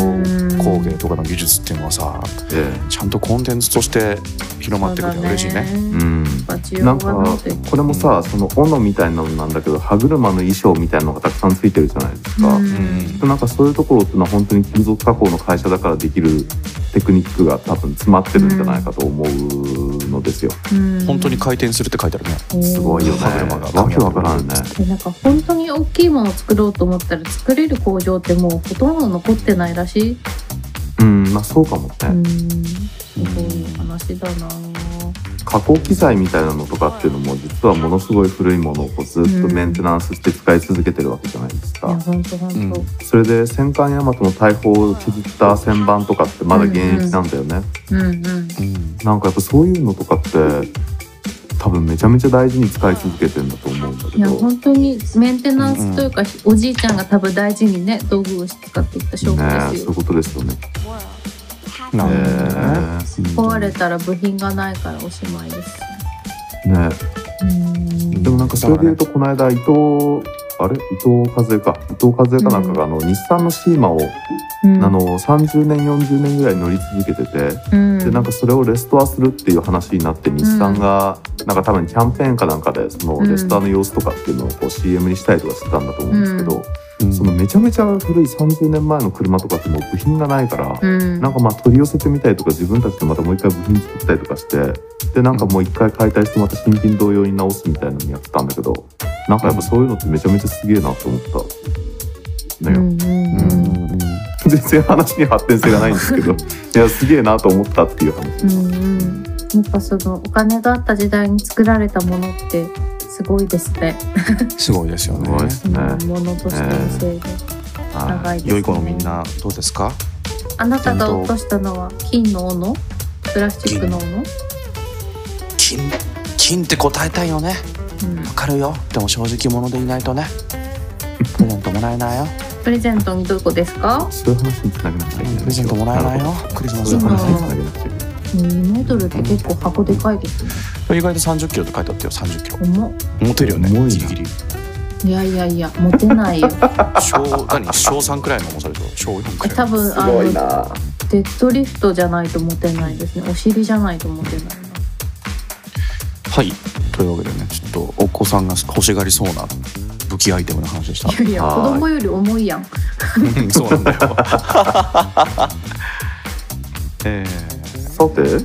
B: 工芸とかの技術っていうのはさ
C: え
B: ちゃんとコンテンツとして広まってくれて嬉しいね。
C: えうん
D: バチ
C: な
D: 用
C: ん
D: が
C: か
D: なって。
C: これもさその斧みたいなのなんだけど歯車の衣装みたいなのがたくさんついてるじゃないですか、
B: うん
C: なんかそういうところっていうのは本当に金属加工の会社だからできるテクニックが多分詰まってるんじゃないかと思うのですよ。
B: 本当に回転するって書いてあるね
C: すごいよね。
B: 歯車が
C: わけわからんね。
D: でなんか本当に大きいものを作ろうと思ったら作れる工場ってもうほとんど残ってないらしい。
C: うん、まあそうかも
D: う
C: ね。
D: んすごい話だな。
C: 加工機材みたいなのとかっていうのも実はものすごい古いものをこうずっとメンテナンスして使い続けてるわけじゃないです
D: いや
C: か。
D: 本当本当。
C: それで戦艦ヤマトの大砲を削った旋盤とかってまだ現役なんだよね。
D: うんうん。
B: うん
C: なんかやっぱそういうのとかって多分めちゃめちゃ大事に使い続けてんだと思うんだけ
D: いや
C: ど。
D: 本当にメンテナンスというか、おじいちゃんが多分大事にね道具を使ってきた証拠
C: ね
D: で
C: えそう
D: す
C: い
D: よ
C: う。ことですよね。
B: な
C: ね
B: る
D: 壊れたら部品がないからおしまいです。
C: ね
D: うん
C: でもなんかそれで言うとこの間伊藤あれ伊藤和恵か伊藤和恵かなんかがあの、日産のシーマを、
D: うん
C: あの30年40年ぐらい乗り続けてて
D: うん
C: でなんかそれをレストアするっていう話になって日産が、なんか多分キャンペーンかなんかでその
D: うん
C: レストアの様子とかっていうのをこう CM にしたりとかしてたんだと思うんですけど、
B: うん
C: そのめちゃめちゃ古い30年前の車とかってもう部品がないから、
D: うん
C: なんかまあ取り寄せてみたりとか自分たちでまたもう一回部品作ったりとかしてでなんかもう一回解体してまた新品同様に直すみたいなのやってたんだけどなんかやっぱそういうのってめちゃめちゃすげえなと思った。ね
D: うんうん
B: うん
D: うん
B: うん
C: 全然話に発展性がないんです けどいやすげえなと思ったっていう話
D: う
C: です。
D: んうんやっぱそのお金があった時代に作られたものってすごいですね。
B: すごいですよ
C: すごいで
B: ね。
C: すね。
D: うんものとしてのせいで
C: は
D: 長いです、ね。
B: 良い子のみんなどうですか？
D: あなたが落としたのは金の斧プラスチックの斧、
B: 金金って答えたいよね。
D: うん
B: わ、かるよ。でも正直者でいないと ね。プレゼントもらえないよ。
D: プレゼントにどこですか
C: い、そういう話につなげなくちゃいけない
B: プレゼントもらえないよ。クリスマ
C: そう
B: ス
C: い
B: だ
C: う
B: から
C: 話
B: ね
C: につなげなくちゃいけない。
D: 2メートルって結構箱でかいですね
B: 意外と三十キロって書いてあったよ。三十キロ。
D: 重っ
B: 持てるよね。
C: 重いな
B: ギリギリ。
D: いやいやいや持てない よ
B: 小何小三くらいの重さでしょ。小四く
D: え
B: らいの。
D: 多分あのデッドリフトじゃないと持てないですねお尻じゃないと持てないな
B: はい。というわけでね、ちょっとお子さんが欲しがりそうな武器アイテムの話でした。
D: いやいや
C: は
D: 子
C: ーい
D: 供より重いやん
B: うん そうなんだ よ。えー、
C: さて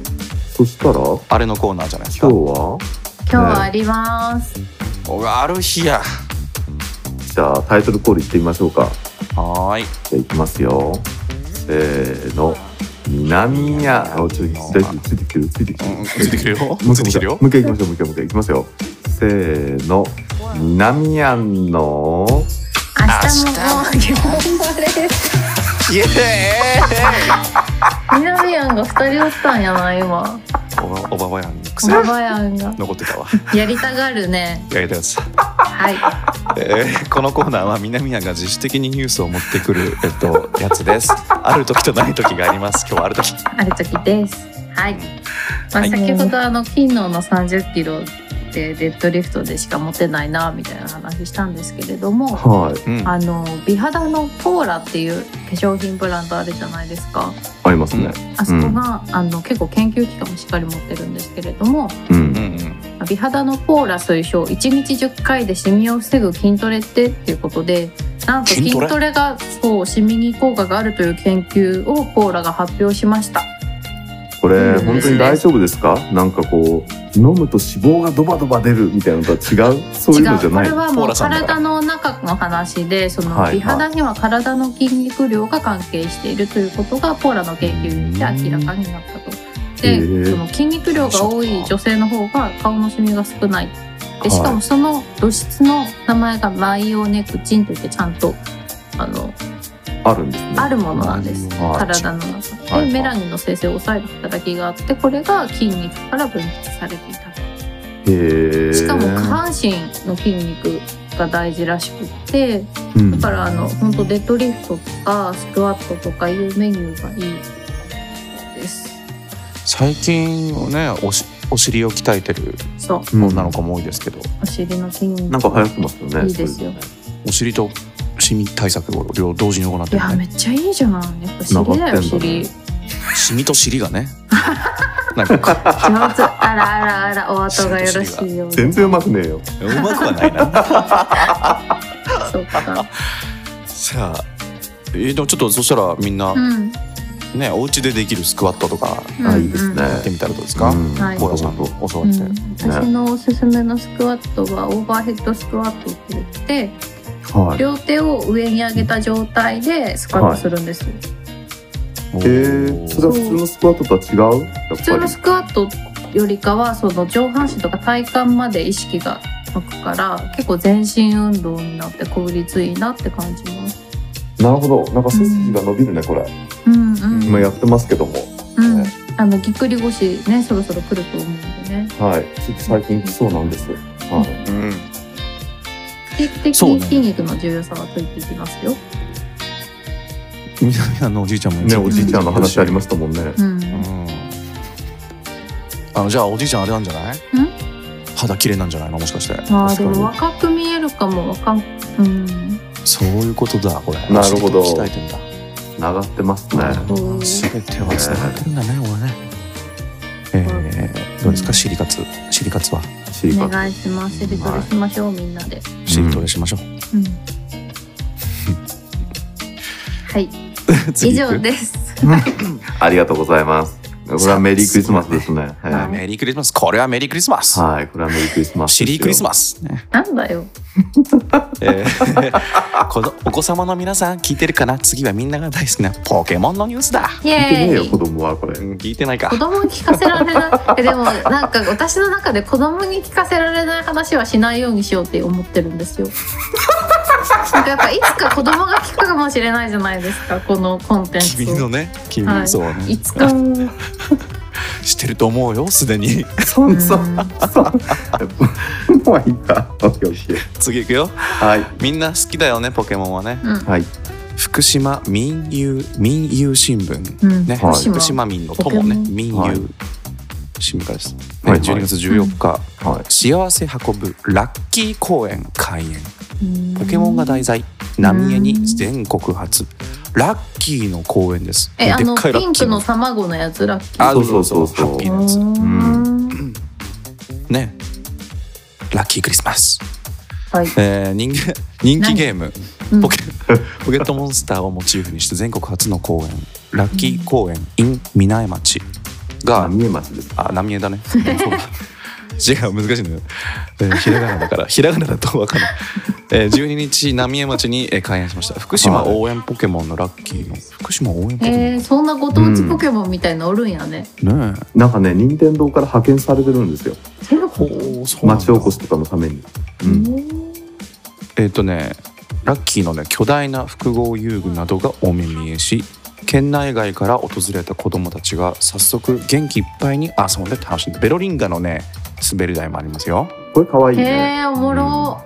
C: そしたら今
B: あれのコーナーじゃないです
C: 日
B: か。
C: は
D: 今日はあります、
B: おある日や。
C: じゃあタイトルコールいってみましょうか。
B: は ーい。
C: じゃあいきますよ。せーの。南や。あ、ちょっと大丈夫ついてきてるついてきてる。
B: うん、ついてきてるよ。
C: もう
B: ついてきてるよ。
C: もう一回行きましょう。もう一回もう一回行きますよ。せーの。南やんの。
D: 明日も頑張れ
B: イエー
D: みなみやんが2人おったんやな今
B: イ。おばおばばやんの
D: お
B: 癖
D: ばばやんが
B: 残ってたわ。
D: やりたがるね
B: やりたいやつ。
D: はい
B: えーこのコーナーは南谷が自主的にニュースを持ってくるえっとやつです。ある時とない時があります。今日はある時。
D: ある時です。はい。まあ、
B: はい
D: 先ほどあの金のの30キロってデッドリフトでしか持てないなみたいな話したんですけれども、
C: はい。
B: うん。
D: あの美肌のポーラっていう化粧品ブランドあるじゃないですか。
C: ありますね。
D: あそこが、あの結構研究機関もしっかり持ってるんですけれども、
C: う。
B: うんんうん。
D: 美肌のポーラ推奨1日10回でシミを防ぐ筋トレってっていうことでなんと筋
B: 筋トレ
D: トレがそうシミに効果があるという研究をポーラが発表しました。
C: これ
D: うん
C: 本当に大丈夫ですか？なんかこう飲むと脂肪がドバドバ出るみたいなのとは違う。そういうのじゃ
D: 違うこ
C: ない
D: れ。は
B: ポ
D: も
B: ー
D: う
B: ラさんだから
D: 体の中の話でその
C: はい
D: 美肌には体の筋肉量が関係しているということがポーラの研究で明らかになったと。
C: へ
D: で
C: ー
D: その筋肉量が多い女性の方が顔のシミが少ない。でしかもその物質の名前がマイオネクチンといってちゃんとあの
C: あるんですね。
D: あるものなんです
C: はい
D: 体の中で、
C: はい
D: メラニンの生成を抑える働きがあってこれが筋肉から分泌されていたと。
C: へえ。
D: しかも下半身の筋肉が大事らしくって
C: うん
D: だからあの本当デッドリフトとかスクワットとかいうメニューがいいです
B: 最近ねおしお尻を鍛えてる
D: そう
C: うん
B: 女の子も多いですけど、
D: お尻の筋肉
C: なんか流行ってますよね。
D: いいですよ
B: お尻とシミ対策を両同時に行ってる
D: いやめ
B: ね。
D: っちゃいいじゃんやっぱ尻だよ
C: なんかあってんだね
D: 尻
B: シミと尻が ね。なんか
D: 上手あらあらあらお後がよろしいよう
C: 全
D: で
C: 然うまくねえよ。
B: うまくはないな。
D: そうか
B: さあ。えー、でもちょっとそしたらみんな
D: うん
B: ね、お家でできるスクワットとか
C: あいいですね。
B: やってみたらどうですか、
C: うん
D: はい
B: ポーラさんと教わって、
D: うん、私のおすすめのスクワットはオーバーヘッドスクワットって言って
C: はい。
D: 両手を上に上げた状態でスクワットするんですよ、
C: えー、それは普通のスクワットとは違う？やっ
D: 普
C: ぱ
D: 通
C: り
D: の。スクワットよりかはその上半身とか体幹まで意識が向くから結構全身運動になって効率いいなって感じます
C: なるほど。なんか背筋が伸びるねこれ。
D: うんうん
C: 今やってますけども。
D: うんあのぎっくり腰ねそろそろ来ると思うんでね
C: はい。ちょっと最近来そうなんです。はい。
B: うん
D: 定期的
B: そう
D: に
B: ね
D: 筋肉の重要さがついていきますよ
B: 南のおじいちゃんも
C: ねおじいちゃんの話ありま
B: し
C: したもんね。
D: うん
B: うんあのじゃあおじいちゃんあれなんじゃない肌綺麗なんじゃないのもしかして
D: あー
C: 確
D: で
C: かに
D: も若く見えるかも若くうん
B: そういうことだこれ
C: なるほど
B: 鍛えてんだ
C: がってますね。
D: そう
B: 全ては繋がってんだね俺ねえー、どうですかシリカツシリカツは
C: シリ
D: お
C: カ
D: 願いしますセリトレしましょうみんなで
B: シリトレしましょう、
D: うんはい以
B: 次行く
D: 上です
C: ありがとうございます。これはメリークリスマスですね。
B: あ
C: はい
B: メリークリスマスこれはメリークリスマス、
C: はい、これはメリークリスマス。
B: シリークリスマス、ね
D: なんだよ
B: え ーこのお子様の皆さん聞いてるかな次はみんなが大好きなポケモンのニュースだ
D: イ
C: 聞いてねえ
D: エー
C: よ、子
D: イ
C: 供はこれ。
B: うん聞いてないか
D: 子供に聞かせられないえでもなんか私の中で子供に聞かせられない話はしないようにしようって思ってる んですよなんかやっぱいつか子供が聞くかもしれないじゃないですかこのコンテンツ
B: 君のね君、
D: はい
B: そうね
D: いつか
B: してると思うよすでに
C: そ
D: うん
C: んそん。もういいか。オッケーオッケー。
B: 次行くよ
C: はい。
B: みんな好きだよねポケモンはね
D: うん
C: はい。
B: 福島民友民友新聞
D: うん
B: ね、
C: はい
B: 福島民の友ね
D: ポケモン
B: 民
C: はい
B: 友新聞からです、ね
C: はいはい
B: 12月14日、
C: はい。
B: 幸せ運ぶラッキー公園開園
D: うん
B: ポケモンが題材浪江に全国初ラッキーの公園です
D: えあの
B: でっかいラ
D: ピ
B: ッ
D: ン
B: キ
D: ク
B: ー
D: の卵のやつラッキー
B: あ
C: そうそうそうそう
B: ハッピー
D: う
B: のやつ
D: ーん
B: ねラッキークリスマス、
D: はい
B: えー人間人気
D: 何
B: ゲーム
D: うん
B: ポケポケットモンスターをモチーフにして全国初の公園ラッキー公園 in 南江町が
C: あ、三重町です。
B: あ、浪江だね。 そうだ違う、難しいんだよ。えーひらがなだから、ひらがなだとわかんない。えー、12日、浪江町にえー開園しました。福島応援ポケモンのラッキーの。福島応援ポケモン
D: えー、そんなご当地ポケモンみたいのおるんやね。
B: ねえ。
C: なんかね、任天堂から派遣されてるんですよ。
D: そういうこと
B: おーそうなんだ
C: 町おこしとかのために。うん。
B: えっ、とね、ラッキーのね、巨大な複合遊具などがお目見えし、県内外から訪れた子どもたちが早速元気いっぱいに遊んで楽しんでベロリンガのね滑り台もありますよ。
C: これ可愛い
D: へ
C: ね。
D: えー、おもろ。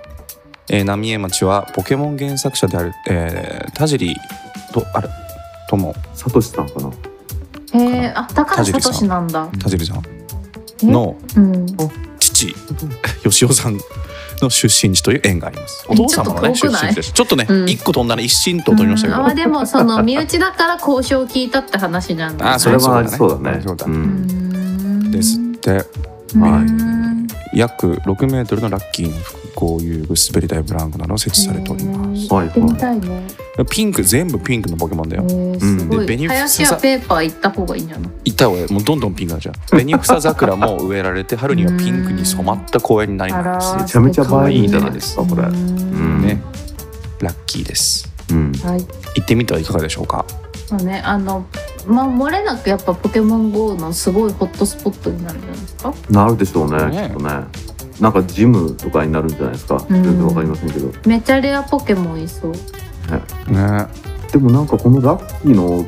B: えー浪江町はポケモン原作者である、えー田尻とあれとも
C: さとしさんかな。
D: へえー、あ、だからサトシなんだ。
B: 田尻さん
D: え
B: の
D: うん。
B: 父吉雄さんの出身地という縁があります。お父様のね
D: ち
B: 出
D: ょっと遠くない
B: 身地です。ちょっとね
D: うん
B: 一個飛んだら一心と飛びましたけど。
D: うんあ、でもその身内だから交渉聞いたって話じゃん。
B: あ
C: それはありそうだね。
B: そうだ
C: う。
B: ね
D: うんん。
B: ですって
D: は
B: はい約6メートルのラッキーの複合遊具滑り台ブランコなどを設置されております。
C: はい
D: 行ってみたいね。
B: ピンク全部ピンクのポケモンだ
D: え
B: よ。
D: ー、すご
B: でベニ
D: い。
B: フサ
D: 林やペーパー行った方がいいんじゃない。
B: 行った方がいいもうどんどんピンクになっちゃう。ベニフサ桜も植えられて春にはピンクに染まった公園になります。
C: めちゃめちゃ可愛いんじゃない
D: で
C: ですか、これ。う
D: うん。
B: ね、ラッキーです。
C: ん。
D: はい。
B: 行ってみてはいかがでしょうか。
D: まあね、あの、まあ、漏れなくやっぱポケモン GO のすごいホットスポットになるんじゃないですか。
C: なるでしょうね、
B: ね
C: きっとね。なんかジムとかになるんじゃないですか。
D: う
C: 全
D: ん
C: 然わかりませんけど。
D: めちゃレアポケモンいそう。
B: ね、
C: でもなんかこのラッキーの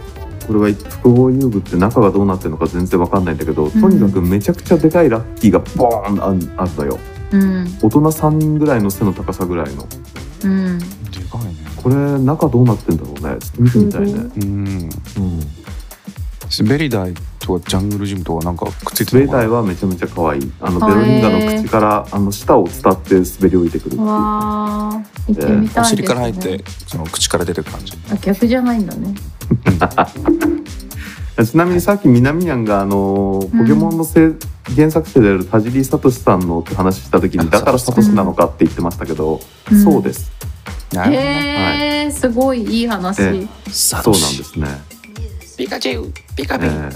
C: これは複合遊具って中がどうなってるのか全然わかんないんだけど、とにかくめちゃくちゃでかいラッキーがボーンあんあるんだよ
D: うん、
C: 大人3人ぐらいの背の高さぐらいの
D: うん。
B: でかいね。
C: これ中どうなってんだろうねちょっと見てみたいね、
D: うん
B: うん、
C: うん、
B: 滑り台とかジャングルジムとかなんかくっついて
C: 滑
B: るの
C: り
B: か
C: 台
B: な。
C: はめちゃめちゃ可愛いあの
D: あ
C: ベロリンガの口からあの舌を伝って滑り降りてくるっていう
D: わあ、行ってみたいです、ね
B: お尻から入って、その口から出てく感じ。
D: あ、逆じゃないんだね。
C: ちなみにさっき南にゃんがあのポケモンのせ、原作者である田尻聡さんのって話した時
B: あ
C: にだから
B: そう
D: そう
C: 聡なのかって言ってましたけど、
D: うん
C: そうです
B: な
D: へ
B: るほどね。
D: え、すごいいい話。
C: え
B: サト
C: そう
B: シ
C: なんですね、
B: ピカチュウ、ピカ
C: え
B: ピ。
C: ー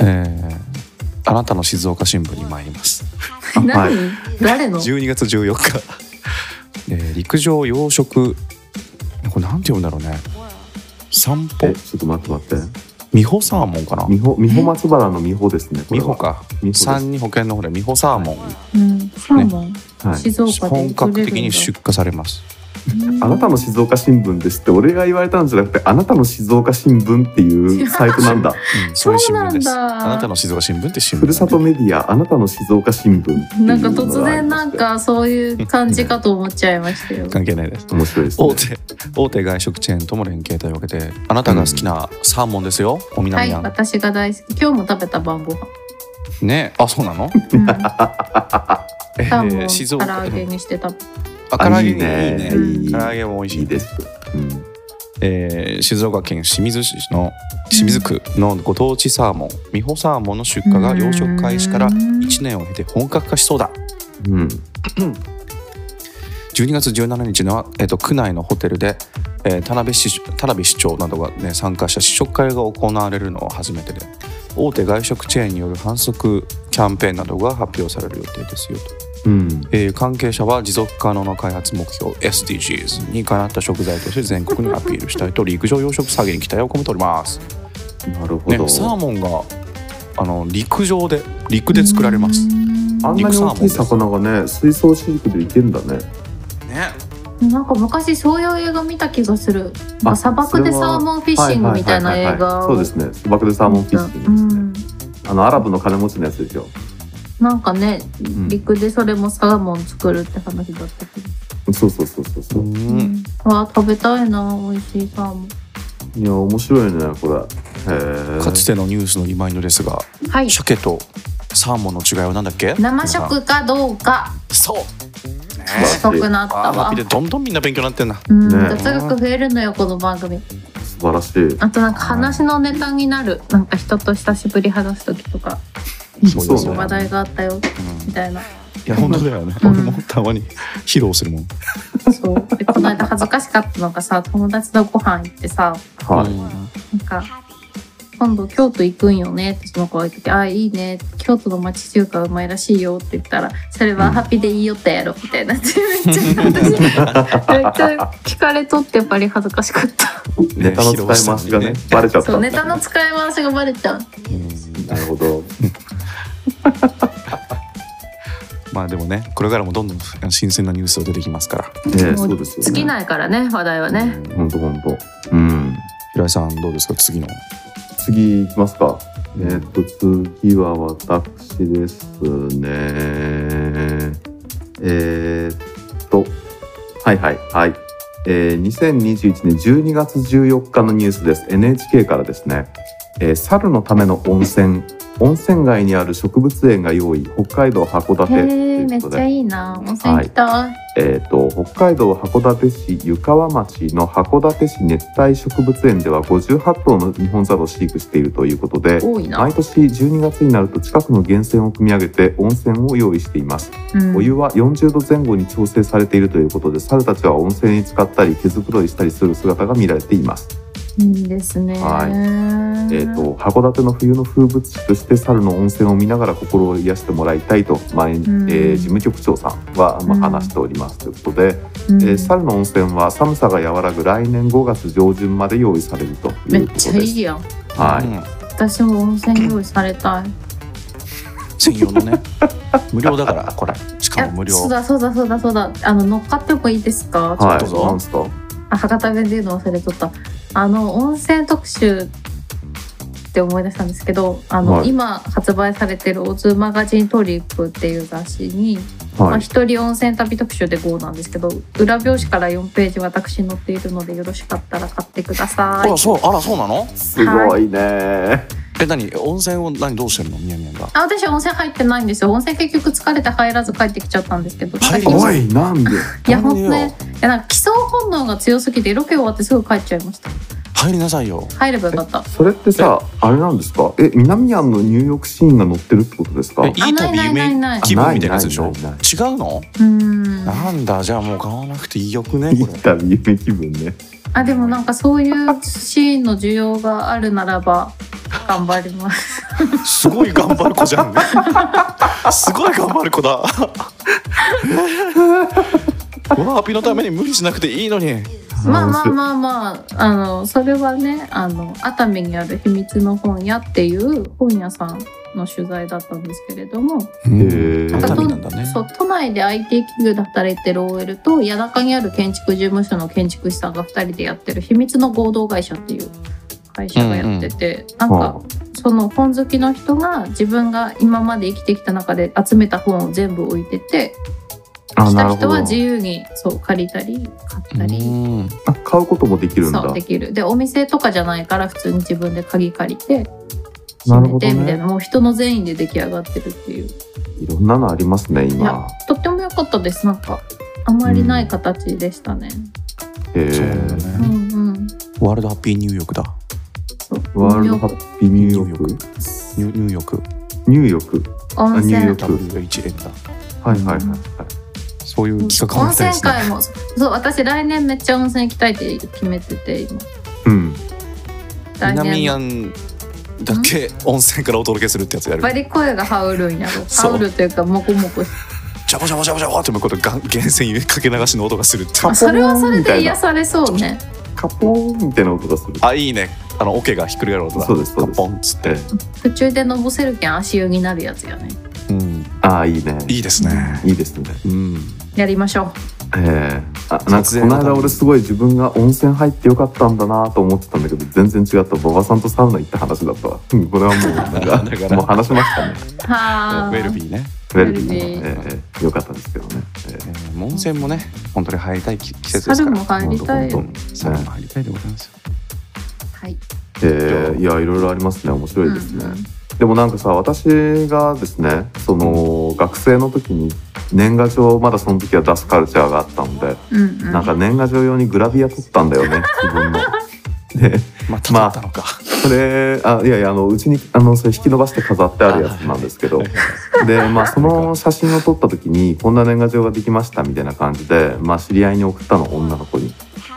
B: えーあなたの静岡新聞に参ります。
D: 何、
C: はい
D: 誰の。
B: 12月14日、 えー陸上養殖。これなんて読むんだろうね。散歩
C: え、ちょっと待って待って
B: 美穂サーモンかな。
C: 美穂美穂松原の美穂ですねこれ
B: 美
C: は
B: 穂か。
C: 美穂
B: 三に保険の方で美穂サーモン。
D: うん、サーモン、
C: です、はい、
D: 静岡で
B: 本格的に
D: 取
B: 出荷されます。
D: れるんだ
C: あなたの静岡新聞ですって俺が言われたんじゃなくてあなたの静岡新聞っていうサイトなんだ
B: そういう新聞です。
D: そうなん
B: あ
D: だ
B: なたの静岡新聞って新聞
C: ふ
B: だね、
C: るさとメディアあなたの静岡新聞っていう
D: なんか
C: の
D: 突
C: があり
D: 然
C: ま
D: な
C: し
D: ん
C: て
D: かそういう感じかと思っちゃいましたよ。
B: 関係ないです。
C: 面白いですね
B: 大手大手外食チェーンとも連携というわけで、あなたが好きなサーモンですよ、おみな
D: は
B: み
D: い、
B: やん。
D: 私が大好き。今日も食べた晩ご飯。
B: ねあそうなの、
D: うん、
B: え
D: タン
B: ー
D: を
B: 静
D: 唐
B: 岡
D: 揚げにしてた。
B: あ唐揚げいい
D: い
B: ね
D: いね
C: いい
B: 唐揚げも美味し
C: い
B: い
C: いです。うん。
B: えー静岡県清水市の清水区のご当地サーモン美穂サーモンの出荷が養殖開始から1年を経て本格化しそうだ
C: うん。
B: 12月17日には、えっと区内のホテルで、えー田辺市田辺市長などが、ね、参加した試食会が行われるのは初めてで大手外食チェーンによる反則キャンペーンなどが発表される予定ですよと、
C: うん。
B: えー関係者は持続可能な開発目標 SDGs にかなった食材として全国にアピールしたいと陸上養殖下げに期待を込めております、
C: なるほ
B: ね
C: ど。、
B: サーモンがあの陸上で陸で作られます、ね
C: あんなに大きい魚がね、水槽飼育でいけんだね。
D: なんか昔そういう映画見た気がする。
C: あ
D: なんか砂漠で
C: それは
D: サーモンフィッシングみたいな映画を
C: そうですね。砂漠でサーモンフィッシング
D: う
C: ですね。
D: ん、
C: あのアラブの金持ちのやつですよ。
D: なんかね、
C: ん
D: 陸でそれもサーモン作るって話だったけど。
C: そうそうそうそうそうう。
B: ん
D: わあ食べたいな美味しいサーモン。
C: いや面白いねこれ。へえ。
B: かつてのニュースのリマインドですが
D: はい。
B: 鮭とサーモンの違いは何だっけ
D: 生食かどうか
B: そうね
C: 素晴らしい
D: 太くなった
B: あーラ
D: わ
B: ピ。でどんどんみんな勉強になってんな
D: うん、
C: ね
D: 雑学増えるのよこの番組。
C: 素晴らしい。
D: あとなんか話のネタになる。なんか人と久しぶり話す時とか、
B: そうですね
D: 話題があったよ
B: うん
D: みたいな。
B: いや本当だよね
D: うん
B: 俺もたまに披露するもん
D: そう。でこの間恥ずかしかったのがさ友達とご飯行ってさ。
C: はい。
D: なんか、今度京都行くんよねってその子が言ってて、ああ、いいねって、京都の町中華うまいらしいよって言ったら、それはハピでいいよってやろみた いな。めっちゃ、私、めっちゃ聞かれとってやっぱり恥ずかしかった。
C: ネタの使い回しがね
B: 披露し
C: バレちゃった
D: そう、。ネタの使い回しがバレちゃう。
B: たのにね
C: なるほど。
B: うんまあでもねこれからもどんどんあの新鮮なニュースが出てきますから
C: ね
D: も
C: そうですよね。
D: 尽きないからね、話題はね。
C: 本当本当。うん。
B: 平井さんどうですか次の
C: 次いきますか。えーっと次は私ですね。えーっとはいはいはい。えー2021年12月14日のニュースです。NHK からですね。えー猿のための温泉。温泉街にある植物園が用意。北海道函館と
D: へ
C: い
D: え、
C: う
D: めっ
C: こと
D: ちゃ
C: で。
D: いいな。温泉行きたい。
C: えー、と北海道函館市湯川町の函館市熱帯植物園では58頭の日本猿を飼育しているということで
D: 多いな
C: 毎。年12月になると近くの源泉を汲み上げて温泉を用意しています、
D: うん
C: お湯は40度前後に調整されているということで猿たちは温泉に浸かったり毛づくろいしたりする姿が見られています、
D: いいんですね。
C: はいえー、
D: う
C: と函館の冬の風物詩として猿の温泉を見ながら心を癒してもらいたいと前、
D: ん
C: えー事務局長さんは、まあ
D: うん
C: 話しておりますということで、
D: ん
C: えー猿の温泉は寒さが和らぐ来年5月上旬まで用意されるということ
D: めっ
C: です
D: ちゃいいやん。
C: はい
B: うん
D: 私も温泉用意されたい。
B: 専用の ね無料だからこれしかも無料
D: あそうだそうだそうだそうだあの乗っかってもいいですか、
C: はい
B: ちょっとぞ
C: なんすか
D: あ博多弁で言うの忘れとったあの温泉特集って思い出したんですけどあの、
C: はい
D: 今発売されてる「オズマガジントリップ」っていう雑誌に「まあ
C: はい
D: 一人温泉旅特集」で号なんですけど裏表紙から4ページ私載っているのでよろしかったら買ってくださ
B: あ
D: い
B: らそうあらそうなの
C: すごいねー
B: え何温泉を何どうしてるのみやみやが
D: あ私温泉入ってないんですよ温泉結局疲れて入らず帰ってきちゃったんですけど
B: 入りな
C: おいなんで
D: いや本当
B: 入り
D: ねいやなんか基礎本能が強すぎてロケ終わってすぐ帰っちゃいました
B: 入りなさいよ
D: 入ればよかった
C: それってさあれなんですかえ南アンの入浴シーンが載ってるってことですか
B: えいい
D: あ
B: 旅
D: ないない
B: 夢
D: ない
B: 気分みたいなやつでしょ
C: ないないない
B: 違うの
D: うーん
B: なんだじゃあもう買わなくていいよくね
C: い
B: こ
C: い
B: れ
C: 旅夢気分ね
D: あでもなんかそういうシーンの需要があるならば頑張り ます。
B: すごい頑張る子じゃん すごい頑張る子だわあピのために無理しなくていいのに
D: まあまあまあまああのそれはねあの熱海にある秘密の本屋っていう本屋さんの取材だったんですけれども、
C: へえ
D: あ
B: 熱
D: と
B: 海なんだね
D: そう都内で IT 企業で働いてる OL と谷中にある建築事務所の建築士さんが2人でやってる秘密の合同会社っていう会社がやってて、なんか
C: は
D: その本好きの人が自分が今まで生きてきた中で集めた本を全部置いてて
C: ああ
D: 来
C: な
D: た
C: るほど
D: 人は自由にそう借りたり買ったり。
B: ん
C: あ買うこともできるん
D: そう
C: だ
D: できるでお店とかじゃないから普通に自分で鍵借りて
C: な
D: 決
C: るほ
D: め
C: ど
D: て
C: ね
D: みたいなもう人の善意で出来上がってるっていう
C: いろんなのありますね
D: いや
C: 今
D: とっても良かったですなんかあんまりない形でしたね、
C: え
B: そうだ
C: ー
D: うん、
B: ね
D: うん
B: ワールドハッピーニューヨークだ
D: そう
C: ワールドハッピーニューヨーク
B: ニュニューヨーク
C: ニューヨーク
D: 温
C: あニューヨ
D: 泉
C: ーク
B: WHN だ
C: はいはいはいはい
B: そういう企画も
D: 温
B: ありたいで
D: 泉
B: すね
D: 会もそう私来年めっちゃ温泉行きたいって決めてて今
C: うん
D: 来
B: 南
D: 年
B: や
D: やっ
B: んだけ温泉からお届けするってやつやる
D: ぱり声がハウルんやろ
B: そう
D: ハウルというかモコモコ
B: ジャボジャボジャボジャボってこうやって源泉かけ流しの音がするっていう
C: あ
D: それはそれ
C: みた
D: で
C: い
D: 癒
C: な
D: されそうね
C: カポーンみたいな音がする
B: あいいねあの桶がひっくり返る音だ
C: そうですそう
B: カ
C: です
B: ポンっつって
C: え
D: 途中でのぼせるけん足湯になるやつよね
B: うん
C: ああいいね
B: いいですね
C: いいですね
B: うん
D: やりましょ
C: えー、あなんかこの間俺すごい自分が温泉入ってよかったんだなと思ってたんだけど全然違った馬場さんとサウナ行った話だったわ うんこれはもうな
B: だ
C: ん
B: か
C: からもう話しましたね
D: うは
B: ウェルビーね
C: ウェルビー
D: ウェルビ
C: ねえーよかったですけどね、え
B: え
C: ー
B: ー温泉もね本当に入りたい季季節ですから
D: 猿も入りたいよ
B: どんどんどんどん猿も入りたいでございますよ
D: はい
C: えーいやいろいろありますね面白いですね、
D: うんうん
C: でもなんかさ私がですねその学生の時に年賀状をまだその時は出すカルチャーがあったので、
D: うんうん
C: なんか年賀状用にグラビア撮ったんだよね自分 の。で
B: まただったのか
C: それあいやいやあのうちにあのそれ引き伸ばして飾ってあるやつ なんですけどで、まあ、その写真を撮った時にこんな年賀状ができましたみたいな感じで、まあ、知り合いに送ったの女の子に。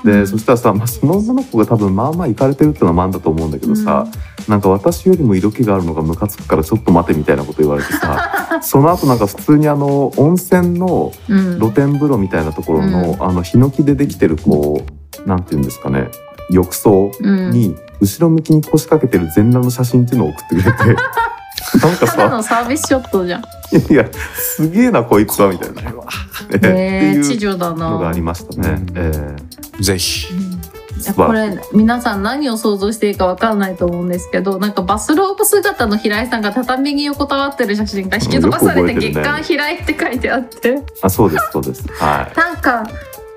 C: でそしたらさ、まあ、その女の子が多分まあまあいかれてるってのはまんだと思うんだけどさ、なんか私よりも色気があるのがムカつくからちょっと待てみたいなこと言われて さその後なんか普通にあの温泉の
D: うん
C: 露天風呂みたいなところの、あのヒノキでできてるこうなんていうんですかね浴槽
D: うん
C: に後ろ向きに腰掛けてる全裸の写真っていうのを送ってくれて なんか
D: ただ
C: さ
D: のサービスショットじゃん。
C: いやすげえなこいつはみたいな、
B: これは
C: えって
D: ええ、
C: い
D: 地
C: う
D: 女だな。
C: のがありましたね。
B: うん
C: えー
B: ぜひ
D: いやこれ皆さん何を想像していいかわかんないと思うんですけどなんかバスローブ姿の平井さんが畳に横たわってる写真が引き伸ばされ
C: うん
D: て
C: よく覚えてる
D: 月
C: ね
D: 刊平井って書いてあって
C: あそうですそうです。は
D: なんか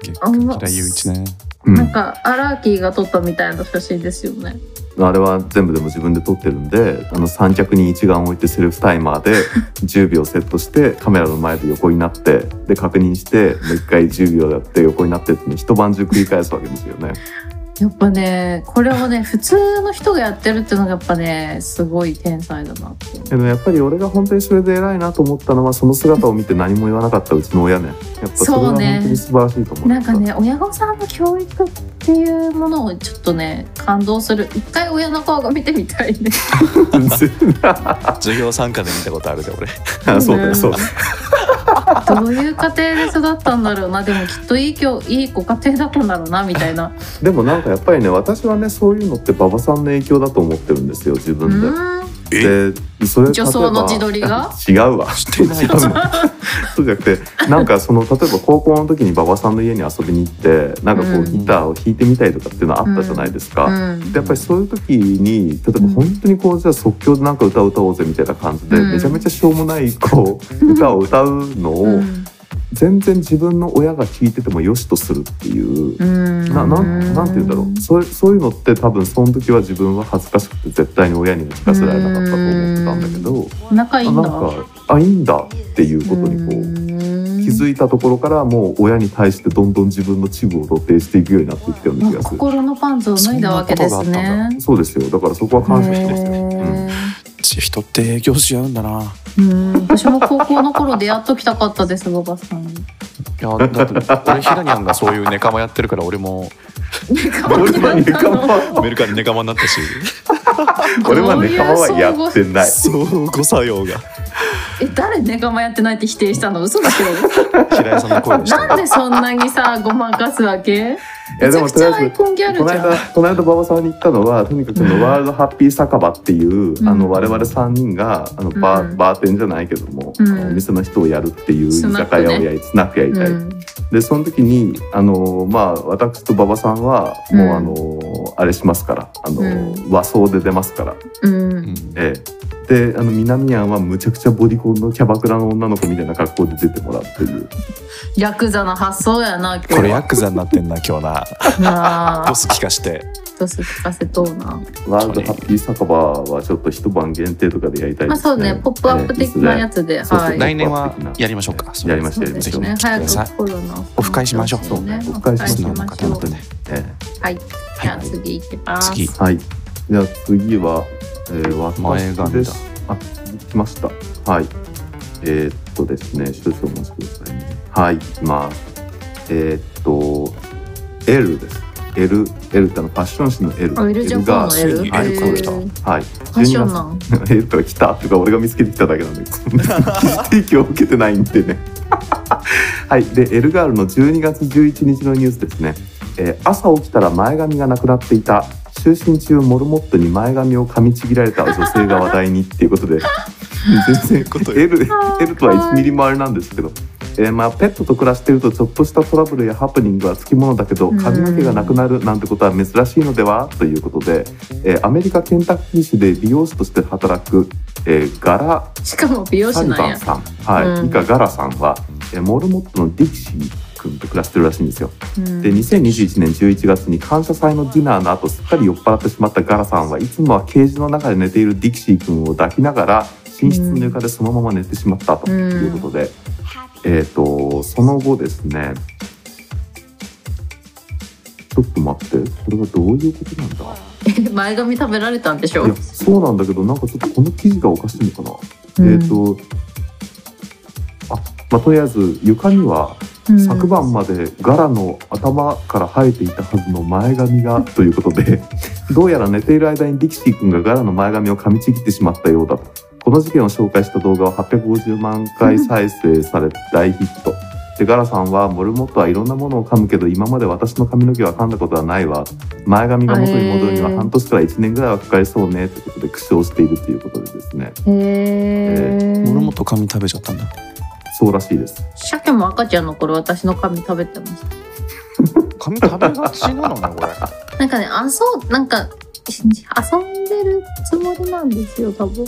B: 月
D: あの
B: 平雄一ね
C: い。うん
D: なんかアラーキーが撮ったみたいな写真ですよね。
C: あれは全部でも自分で撮ってるんであの三脚に一眼置いてセルフタイマー で10秒セットしてカメラの前で横になってで確認してもう一回10秒やって横になってっていうのを一晩中繰り返すわけですよね。
D: やっぱねこれをね普通の人がやってるっていうのがやっぱねすごい天才だなって思う。
C: でもやっぱり俺が本当にそれで偉いなと思ったのはその姿を見て何も言わなかったうちの親ね。やっぱそれは
D: そう
C: 本当
D: ね
C: に素晴らしいと思う。
D: なん かね親御さんの教育っていうものをちょっとね感動する一回親の顔が見てみたいね
B: 授業参加で見たことあるで俺
C: あそうだよそうだよ。
D: どういう家庭で育ったんだろうなでもきっといいきょいいご家庭だったんだろうなみたいな
C: でもなんかやっぱりね私はねそういうのって馬場さんの影響だと思ってるんですよ自
D: う
C: 分で。
D: ーん
C: でそれ
D: 女装の自撮りが
C: 違う わ
B: してないよ
C: 違うわそうじゃなくてなんかその例えば高校の時に馬場さんの家に遊びに行ってなんかこ
D: う
C: うんギターを弾いてみたりとかっていうのあったじゃないですか。
D: うん
C: でやっぱりそういう時に例えば本当にこうじゃあ即興でなんか歌を歌おうぜみたいな感じで、
D: うん
C: めちゃめちゃしょうもないこう歌を歌うの
D: う
C: を
D: ん
C: 全然自分の親が聴いててもよしとするっていう
D: うん
C: ななんなんて言うんだろうそれそういうのって多分その時は自分は恥ずかしくて絶対に親にも聞かせられなかったと思ってたんだけど
D: 仲いい
C: あ
D: ん
C: なん
D: だ
C: かあいいんだっていうことにこう気づ
D: い
C: いたところからもう親に対してどんどん自分のチブを露呈していくようになってきたような気がする
D: 心のパンツを脱いだわけです
B: そんなことがあ
D: ね
C: そうですよだからそこは感謝してますよ、うん、
B: 人って影響し合うんだな
D: うん私も高校の頃出会っときたかったです馬場さんに。
B: いやだって俺ひらにゃんがそういうネカマやってるから俺も
C: 俺はネカマ
B: メルカリネカマになったし
C: 俺はネカマはやってない
B: 相互作用が
D: え誰ネガマやってないって否定したの嘘だけど
B: 平井さんの声をして
D: なんでそんなに さごまかすわけ
C: いや
D: め
C: で
D: ち
C: も
D: ゃく
C: とりあえ
D: ちゃ
C: ず
D: アイコンギャ
C: こ
D: ル
C: の
D: じゃん
C: 間この間馬場さんに言ったのはとにかくのワールドハッピー酒場っていう、
D: うん
C: あの我々3人があのバー,、
D: うん
C: バーテンじゃないけども、
D: うん
C: あのお店の人をやるっていう居酒
D: スナ
C: 屋
D: ックね
C: をやりスナックやりたい、
D: うん
C: でその時にあのまあ私と馬場さんはもう、
D: うん
C: あのあれしますからあの、
D: うん
C: 和装で出ますから、
D: うん
C: ええ、であの南庵はむちゃくちゃボディコンのキャバクラの女の子みたいな格好で出てもらうっていう
D: ヤクザな発想やな今日
B: これヤクザになってんな今日なな
D: な
B: ド
D: あ
B: ス聞かして
D: ドス聞かせとうな
C: ワールドハッピー酒場はちょっと一晩限定とかでやりたいですね。
D: まあそうねポップアップ的なやつで、
C: そうそう
D: はい
B: 来年はやりましょうか
C: やりまし
D: そ
C: ょ
D: う
C: う。
D: です
C: やり
D: ね
C: ましょう
D: 早くコロナを
B: オフ会しましょう
D: そうね
C: そう
D: オ
C: オフ
D: フ会
C: 会
D: し
C: し
D: ま
B: ま
D: し
B: し
D: ょ
B: ょ
D: う
B: う
C: え
D: はいじゃあ
B: はい
D: 次行きます
B: 次
C: えはい。じゃあ次は、えー、
B: 前
C: 私
B: 髪
C: で
B: だ
C: す。あ、来ました。はい。えーっとですね、少々お待ちくださいね。はい、行きます。えーっと、L です。L、L ってあのファッション誌の L。
D: あエルジャパンの
C: が
D: エル
B: ついに
C: エルから来た
D: へー
C: はい。
D: ファッション
C: 12
D: なん
C: 月 L から来たとか、俺が見つけてきただけなん で、そんな提供を受けてないんでね。 はい。で、L ガールの12月11日のニュースですね。えー朝起きたら前髪がなくなっていた。就寝中、モルモットに前髪を噛みちぎられた女性が話題にってい うことで、全然
B: ことよ
C: L, L
D: あー
C: とは1ミリもあれなんですけど、えーまあ、ペットと暮らしているとちょっとしたトラブルやハプニングはつきものだけど
D: うん
C: 髪の毛がなくなるなんてことは珍しいのではということで、えーアメリカケンタッキー州で美容師として働く、えーガラ・
D: しかも美容
C: サ
D: 師
C: リ
D: なん
C: バ
D: や
C: ンさん、はい
D: うん
C: 以下ガラさんは、えーモルモットのディキシー君と暮らしてるらしいんですよ。
D: うん
C: で2021年11月に感謝祭のディナーの後すっかり酔っ払ってしまったガラさんはいつもはケージの中で寝ているディキシー君を抱きながら寝室の床でそのまま寝てしまったということで、 えっ、とその後ですねちょっと待ってこれはどういうことなんだ
D: 前髪食べられたんでしょ
C: いやそうなんだけどなんかちょっとこの記事がおかしいのかな、えっ、とあまあとりあえず床には
D: うん
C: 昨晩までガラの頭から生えていたはずの前髪がということ でどうやら寝ている間にディキシー君がガラの前髪を噛みちぎってしまったようだとこの事件を紹介した動画は850万回再生され大ヒットでガラさんは「モルモットはいろんなものを噛むけど今まで私の髪の毛は噛んだことはないわ前髪が元に戻るには半年から1年ぐらいはかかりそうね」ということで苦笑しているということでですね
D: へえ
B: モルモット髪食べちゃったんだ
C: そうらしいです
D: 鮭も赤ちゃんの頃私の髪食べてまし
B: 髪食べがちなのねこれ
D: たなんかねあそうなんか遊んでるつもりなんですよ多分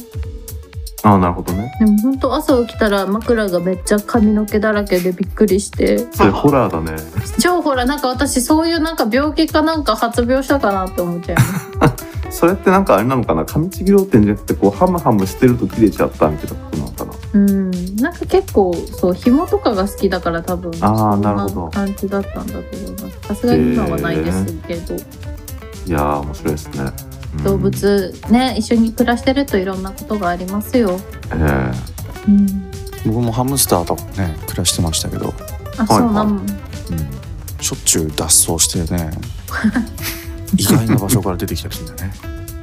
C: ああなるほどね
D: でも本当朝起きたら枕がめっちゃ髪の毛だらけでびっくりして
C: それホラーだね
D: 超ほらなんか私そういうなんか病気かなんか発病したかなって思っちゃいます
C: それってなんかあれなのかな噛みちぎろうってんじゃなくてこうハムハムしてると切れちゃったみたいなことなのかな
D: うんなんか結構そう紐とかが好きだから多分
C: あー
D: そん
C: なるほど
D: 感じだったんだと思いますさすがに今はないですけど、
C: いやー面白いですね、うん
D: 動物ね一緒に暮らしてるといろんなことがありますよ、
C: えー
D: うん、
B: 僕もハムスターとかね暮らしてましたけど、
D: あ、そうなの
B: うん、しょっちゅう脱走してね意外な場所から出てきたりするんだよね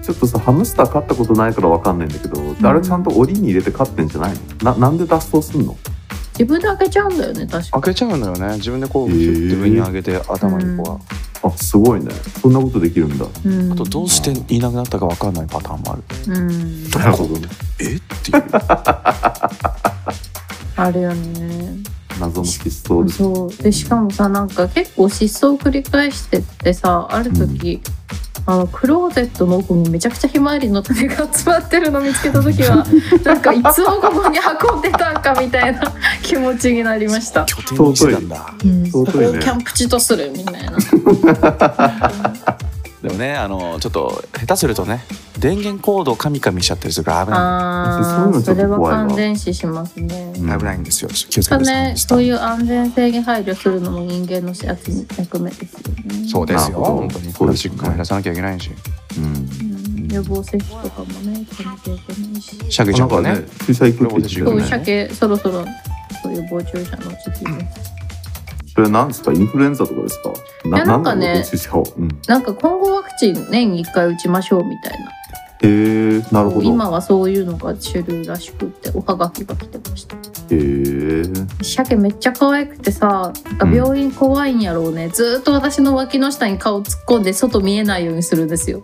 C: ちょっとさハムスター飼ったことないからわかんないんだけど、あれちゃんと檻に入れて飼ってんじゃないのななんで脱走すんの
D: 自分で開けちゃうんだよね確か
B: 開けちゃうのよね自分でこう
C: へー
B: ヒュッて上に上げて頭にこう、
C: あすごいねそんなことできるんだ
D: うん
B: あとどうしていなくなったかわかんないパターンもある
D: うん
C: なるほどね
B: えっていう
D: あるよね
C: 謎の失踪です
D: そうでしかもさなんか結構失踪を繰り返してってさある時、あのクローゼットの奥にめちゃくちゃひまわりの種が集まってるの見つけた 時はなんかいつもここに運んでたんかみたいな 気持ちになりました。
B: 拠点にしてたんだ
C: 尊
D: そこを
C: い
D: キ
C: ね
D: ャンプ地とするみたいな。
B: でもねあのちょっと下手するとね電源コードをカミカミしちゃったりするから危な
D: あ
C: そういう
D: あ、
C: のちょ
D: そ
C: っと
D: れは
C: 怖いわ
D: 完全死しますね。
C: うん
B: い危ないんですよ気をつけ
D: そ
B: て
D: う
B: ください
D: ね、そういう安全性に配慮するのも人間の役目ですよね。
B: そうですよ
C: なるほど
B: 本当にプ
C: そう
B: ラ
C: で
B: スチ
C: す
B: ッ
C: よね
B: クも減らさなきゃいけないし
C: うん
D: うん予防接種とかもね、決めていけないし。
B: シャケち
C: な
B: ゃん
C: ん
B: が
C: か
B: ね
C: ね注射行くって言ってた
B: そ
C: よ
D: そうう、
B: ね
D: 鮭、そろそろ、そういう防虫者の時期です。
C: それなんですかインフルエンザとかですか
D: いやなんかね
C: 何の注射を、うん、
D: なんか今後ワクチン年に1回打ちましょうみたいな。
C: えー、なるほど
D: 今はそういうのが主流らしくって、おはがきが来てました。
C: えー、
D: 鮭めっちゃ可愛くてさ、なんか病院怖いんやろうね。ずーっと私の脇の下に顔突っ込んで、外見えないようにするんですよ。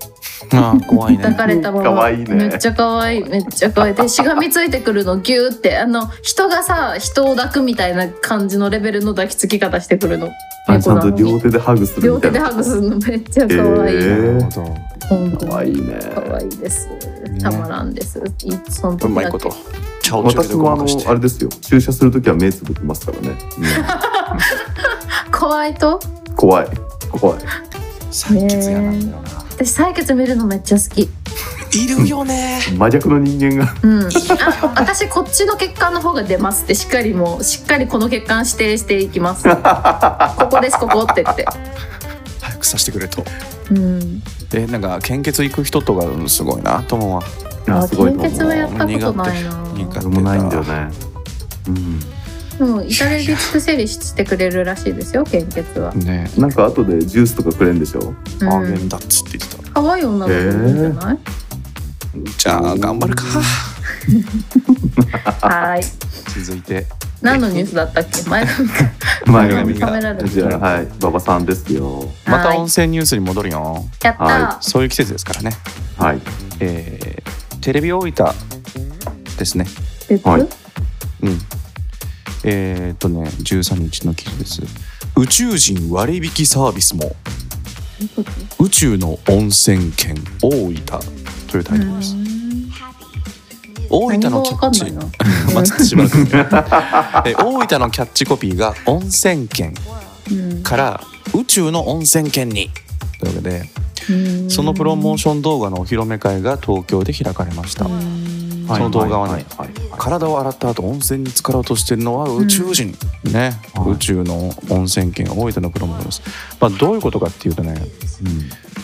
B: あー怖いね
D: 抱かれたまま。
C: 可愛いね
D: めっちゃ可愛い、めっちゃ可愛い。で、しがみついてくるの、ギューって、あの、人がさ、人を抱くみたいな感じのレベルの抱きつき方してくるの。
C: あちゃん
D: なの
C: と
D: に
C: 両手でハグする
D: 両
C: みた
D: 手
C: い
D: で
C: な
D: ハグするのめっちゃ可愛い、
C: えー
B: なるほ
D: 本当に
C: かわいいね
D: 可愛いです、たまらんですいその
B: どう
D: 時
B: まい
D: だ
B: こ
D: け
B: とチャオチャオ
C: 私
B: で
C: も
B: ご
C: あ
B: まかして
C: のあれですよ注 射するときは目つぶってますからね、
D: 怖いと
C: うん怖い怖い
B: 採血屋なんだよな。
D: 私採血見るのめっちゃ好き
B: いるよね。
C: 真逆の人間が
D: うんあ私こっちの血管の方が出ますってしっかりもうしっかりこの血管指定していきますここですここって言って
B: 早くさせてくれと。
D: うん
B: えなんか献血行く人とかうんすごいな。友は
C: あ
D: あ
C: すごい
D: 献
C: と思
D: 血は
C: う
D: やったことないな
B: 苦手
C: 俺もないんだよねうん
D: もう至れり尽くせりしてくれるらしいですよ献血は、
B: ね。
C: なんか後でジュースとかくれんでしょ
D: う
B: あげん
D: ん、
B: だっつって言ってた。
D: 可愛い女の子いるんじゃない、
B: じゃあ頑張るか。
D: はーい
B: 続いて
D: 何のニュースだったっけ前髪か
C: 前
B: 前 髪
C: 髪
D: カ
B: が
C: が
D: メラだ
C: じゃあはい馬場さんですよ
B: ま
D: は
B: た
D: い
B: 温泉ニュースに戻るよ。
D: やった、
C: は
B: そういう季節ですからね。
C: はい
B: えーテレビ大分ですね。
D: 別府
C: はい
B: うん。えーっとね13日の記事です。宇宙人割引サービスも宇宙の温泉県大分というタイトルです。大分
D: 何も
B: のキャ
D: わか
B: ッ
D: ん
B: チ
D: な いな
B: まずしばらくえ大分のキャッチコピーが温泉県
D: うん
B: から宇宙の温泉県にというわけで
D: うん
B: そのプロモーション動画のお披露目会が東京で開かれました、
D: うん
B: その動画はね
C: はい
B: 体を洗った後温泉に浸かろうとしてるのは宇宙人、ね、
C: はい
B: 宇宙の温泉県大分のプロモーションです、まあ、どういうことかっていうとね、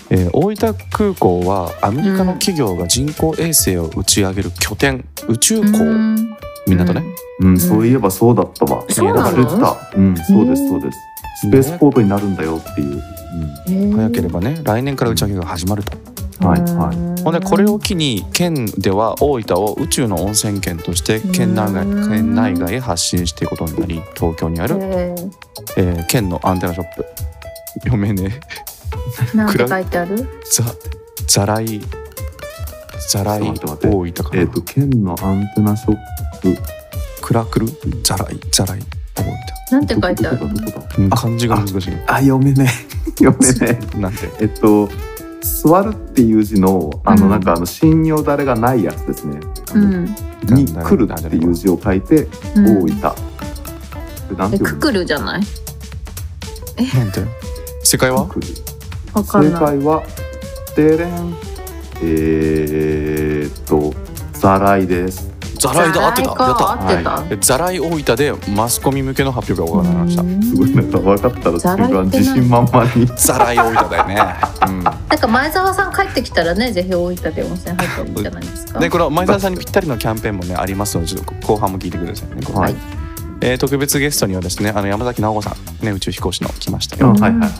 B: えー大分空港はアメリカの企業が人工衛星を打ち上げる拠点宇宙港、
D: うん
B: 港ね、
C: うん、うんそういえばそうだったわ
D: そうなの
C: 忘れてたうんそうですそうですスペースポートになるんだよっていう、
B: 早ければね来年から打ち上げが始まると、
C: うん、はいはい
B: ほんでこれを機に県では大分を宇宙の温泉県として県内外
D: うん
B: 県内外へ発信していくことになり東京にあ
D: や
B: る、えー県のアンテナショップ読めねえ
D: なんて書いてある
B: ザザライザライ
C: ちょ
B: 大
C: っと待って
B: 分かな、
C: えっ、と県のアンテナショップ
B: クラクルザライザライ大分
D: なんて書いてある
C: どこだどこだ
B: うん漢字が難しい
C: あ読めねえ読めねえ
B: なんて
C: えっと「座る」っていう字のあの、
D: うん
C: なんかあの信用だれがないやつですね
D: う、ん
C: あのに「来る」っていう字を書いて「
D: うん
C: 大分」これなん
D: え
C: て読
D: く
C: む
D: くるじゃない
B: なんて世界は
C: くる
D: わか
C: 正
D: んない
C: 解は「でれん」えー、っと「ざらい」です
B: ザライだ合ってた
D: ザライか
B: や
D: 合ってた、
B: ったザライ大分でマスコミ向けの発表が行われました
C: すごいなんか分かったら
D: ざらいっ
C: 瞬
D: て
C: 間
D: 何
C: 自信満々に
B: ザライ大分だよね、うん
D: なんか前澤さん帰ってきたらね、ぜひ大分で温泉入ってもいいんじゃないですか。
B: でこれは前澤さんにぴったりのキャンペーンもねありますのでちょっと後半も聞いてくださいね、
C: はい
B: えー特別ゲストにはですねあの山崎直子さんね宇宙飛行士の来ました
C: う
B: よ、
C: んはいはいはいはい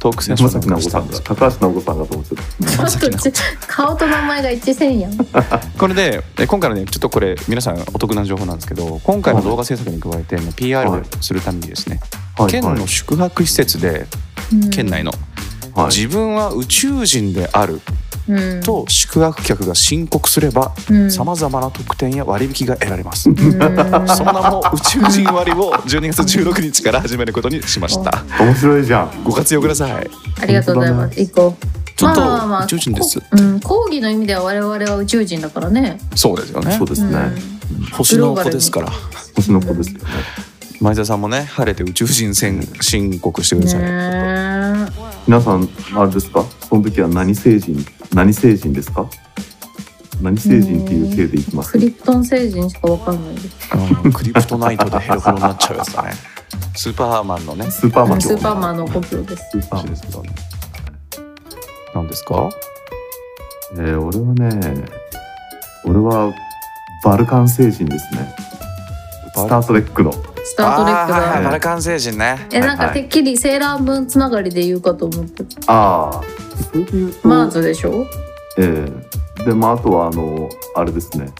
B: トークセッショ
C: 山
B: ン
C: 崎直子さんだ高橋直子さんだと思ってた
D: ちょっとち 顔と名前が一致せんやん。
B: これでえー今回のねちょっとこれ皆さんお得な情報なんですけど今回の動画制作に加えて、ね、PR
C: は
B: を
C: い
B: するためにですね、
C: はい
B: 県
C: はい
B: の宿泊施設で、県内の、
C: はい
B: 自分は宇宙人である
D: うん
B: と宿泊客が申告すれば
D: うん
B: さまざまな特典や割引が得られます、
D: うん
B: その名も宇宙人割を12月16日から始めることにしま した。
C: 面白いじゃん
B: ご活用ください。
D: ありがとうございます。行こう。
B: ちょっ
D: まあまあま
B: と
D: あ
B: 宇宙人です。
D: うん、講義の意味では我々は宇宙人だからね。
B: そうですよね
C: そう。です
D: う
C: ね、
D: ん
B: 星の子ですから。
C: 星の子ですよね
B: 前澤さんもね、晴れて宇宙人宣申告してください。
D: ね
C: 皆さんあれですかその時は何星人何星人ですか何星人っていう系でいきま
D: え
C: す
D: クリプトン星人しかわかんないです。
B: うんクリプトナイトでヘロヘロになっちゃうやつだね。 スーパーマンのね。
C: スーパーマン
D: スーパーマ
C: ン
D: ンの故郷です。
C: スーパー
B: 星
C: マ
B: で
C: ン
B: すけどね。なんですか？
C: えー、俺はね俺はバルカン星人ですね
B: バル
C: スタートレックの
D: スタートレック
B: あーはいはい
D: だ。
B: バルカン星人ね。
D: え、なんかてっきりセーラームーンつながりで言うかと思ってた。
C: ああそれで言うと、
D: マーズでしょ
C: えーでまああとはあのあれですね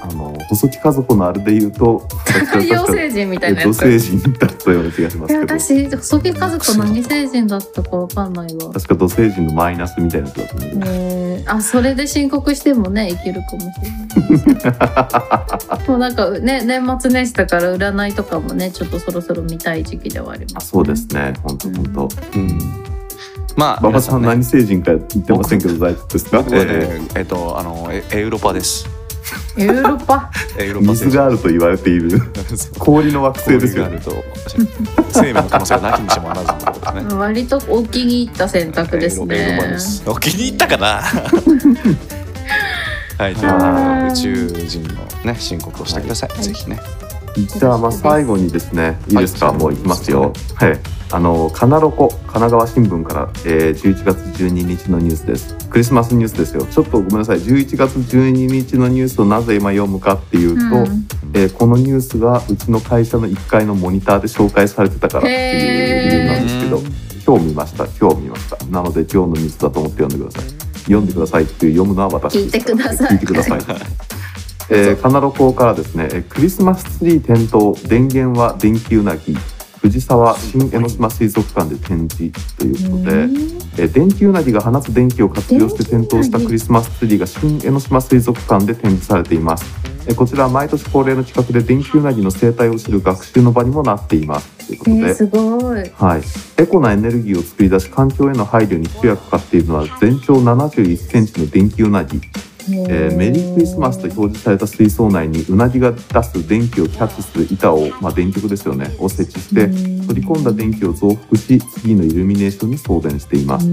C: あの細木家族のあれで言うと
D: 太陽星人みたいな
C: え
D: や
C: 女
D: つ。
C: 性人だったような気がしま
D: いや
C: すけど
D: 私細木家族何星人だったかわかんないわ。
C: 確か土星人のマイナスみたいなやつだと思う、
D: えー、あそれで申告してもねいけるかもしれな いもうなんかね年末年始だから占いとかもねちょっとそろそろ見たい時期ではありま
C: あ
D: す、
C: そうですね本当本当
B: うん。まあ
C: 馬場さん
B: 皆ね
C: 何星人か言ってませんけど大丈夫ですか、
B: えーえっとあのエエウロパです。
D: ヨーロッパ
B: えーヨーロッパ
C: 水があると言われている氷の惑星
B: 氷
C: です
B: が
C: よ
B: ある
C: ね
B: と生命の可能性はなきにしもあらずってことですね
D: 割とお気に入った選択です
B: エロエロ
D: ね
B: マニスお気に入った かなはい、という
D: はい
B: ことで宇宙人のね申告をしてください、
D: はい
B: ぜひね
C: じゃあまあ最後にですねいいですか、
B: はい
C: もういきますよはいあのカナロコ神奈川新聞から、えー11月12日のニュースですクリスマスニュースですよちょっとごめんなさい11月12日のニュースをなぜ今読むかっていうと、
D: うん
C: えーこのニュースがうちの会社の1階のモニターで紹介されてたからっていう理由なんですけど
B: へー
C: 今日見ました今日見ましたなので今日のニュースだと思って読んでください読んでくださいっていう読むのは私ですから
D: 聞いてください
C: 聞いてくださいえーカナロコからですねえークリスマスツリー点灯電源は電気うなぎ藤沢新江ノ島水族館で展示ということで、えー電気うなぎが放つ電気を活用して点灯したクリスマスツリーが新江ノ島水族館で展示されていますえーこちらは毎年恒例の企画で電気うなぎの生態を知る学習の場にもなっていますというこ
D: え
C: とで、
D: ー、すごい。
C: はい、エコなエネルギーを作り出し環境への配慮に一役買っているのは全長71センチの電気うなぎ、えーメリークリスマスと表示された水槽内にうなぎが出す電気をキャッチする板を、まあ、電極ですよねを設置して取り込んだ電気を増幅し次のイルミネーションに送電しています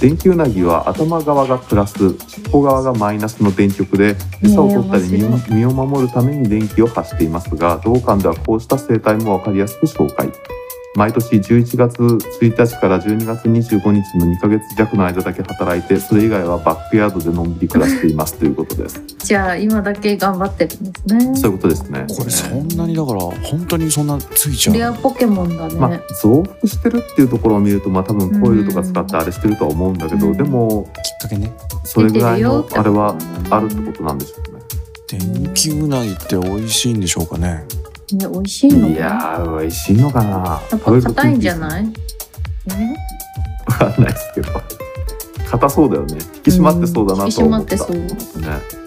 C: 電気うなぎは頭側がプラス尻尾側がマイナスの電極で餌を取ったり
D: ねえ
C: 身を
D: 面
C: 身を守るために電気を発していますが同館ではこうした生態も分かりやすく紹介毎年11月1日から12月25日の2ヶ月弱の間だけ働いてそれ以外はバックヤードでのんびり暮らしていますということです
D: じゃあ今だけ頑張ってるんですね。
C: そういうことですね
B: これそんなにだから本当にそんなついち
D: レ
B: ゃ
D: ア
B: う
D: ポケモンだね。
C: まあ増幅してるっていうところを見るとまあ多分コイルとか使ってあれしてるとは思うんだけど
D: うん
C: でも
B: きっかけね
C: それぐらいの
D: 出てるよ
C: あれはあるってことなんでしょうね
B: 電気うなぎって美味しいんでしょうかね
D: ね、美味しいのか
C: い
D: な。や
C: やー美味しいのかな
D: っぱ硬いんじゃない？ね、
C: わかんないですけど硬そうだよね引き締まってそうだなと思った、
D: うん引き締まって
C: ね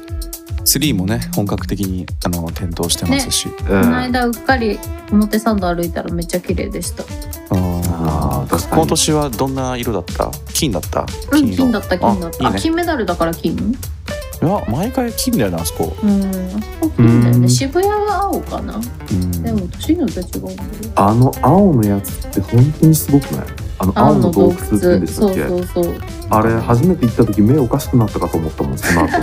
B: ツリーもね本格的にあの点灯してますし、
C: う
D: こ
C: ん
D: の間うっかり表参道歩いたらめっちゃ綺麗でした。
B: あ
C: あー確かに
B: 今年はどんな色だった金だった
D: うん、
B: 色
D: 金だった金だった。
B: あ
D: あ
B: いいね
D: 金メダルだから金？
B: いや毎回金だよなあそこ
D: うん、あそこ金だよ
C: う
D: ね。
C: ん
D: 渋谷は青かな。
B: うん
D: でも年によって違うんだよ。
C: あの青のやつって本当にすごくないあの青の洞窟って言うんでした
D: そ
C: っ
D: う
C: け
D: そうそう。
C: あれ初めて行った時目おかしくなったかと思ったもんその 後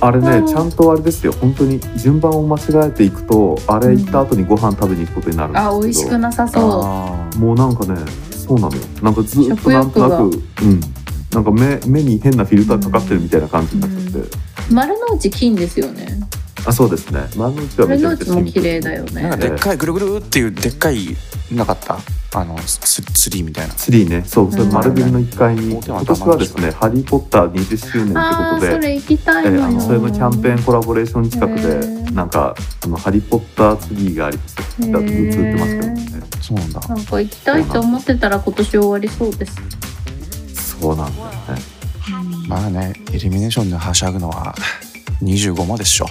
C: あれねちゃんとあれですよ本当に順番を間違えていくとあれ行った後にご飯食べに行くことになるんですけど、
D: あ、美味しくなさそう。
B: あー
C: もうなんかねそうなのよなんかずっと
D: 食欲
C: なんとな
D: が
C: くうんなんか目目に変なフィルターかかってるみたいな感じになっちゃって、
D: う丸の内金ですよね。
C: あそうですね丸の内はめ
D: 丸
C: ちゃめちゃシン
D: の内
C: プ
D: も
C: ル
D: 綺麗だよ
B: なんかで
D: ね。
B: っかいぐるぐるっていうでっかいなかったあのツツリーみたいな
C: ツリーねそうそれ
D: うん
C: 丸ビルの1階に、
B: うん
C: 今年はですね「ハリー・ポッター」20周年
D: あ
C: っ
D: あ、
C: て
D: そ
C: ことで。
D: れ行きたい
C: え
D: の
C: ー
D: よ。
C: あのそれのキャンペーンコラボレーション近く
D: へ
C: で
D: ー
C: なんかあの「ハリー・ポッター」ツリーがあります映ってますけどね
B: そうなんだ
D: なんか行きたいと思ってたら今年終わりそうです。
C: そうなんだよね
B: まあねイルミネーションではしゃぐのは25までっしょ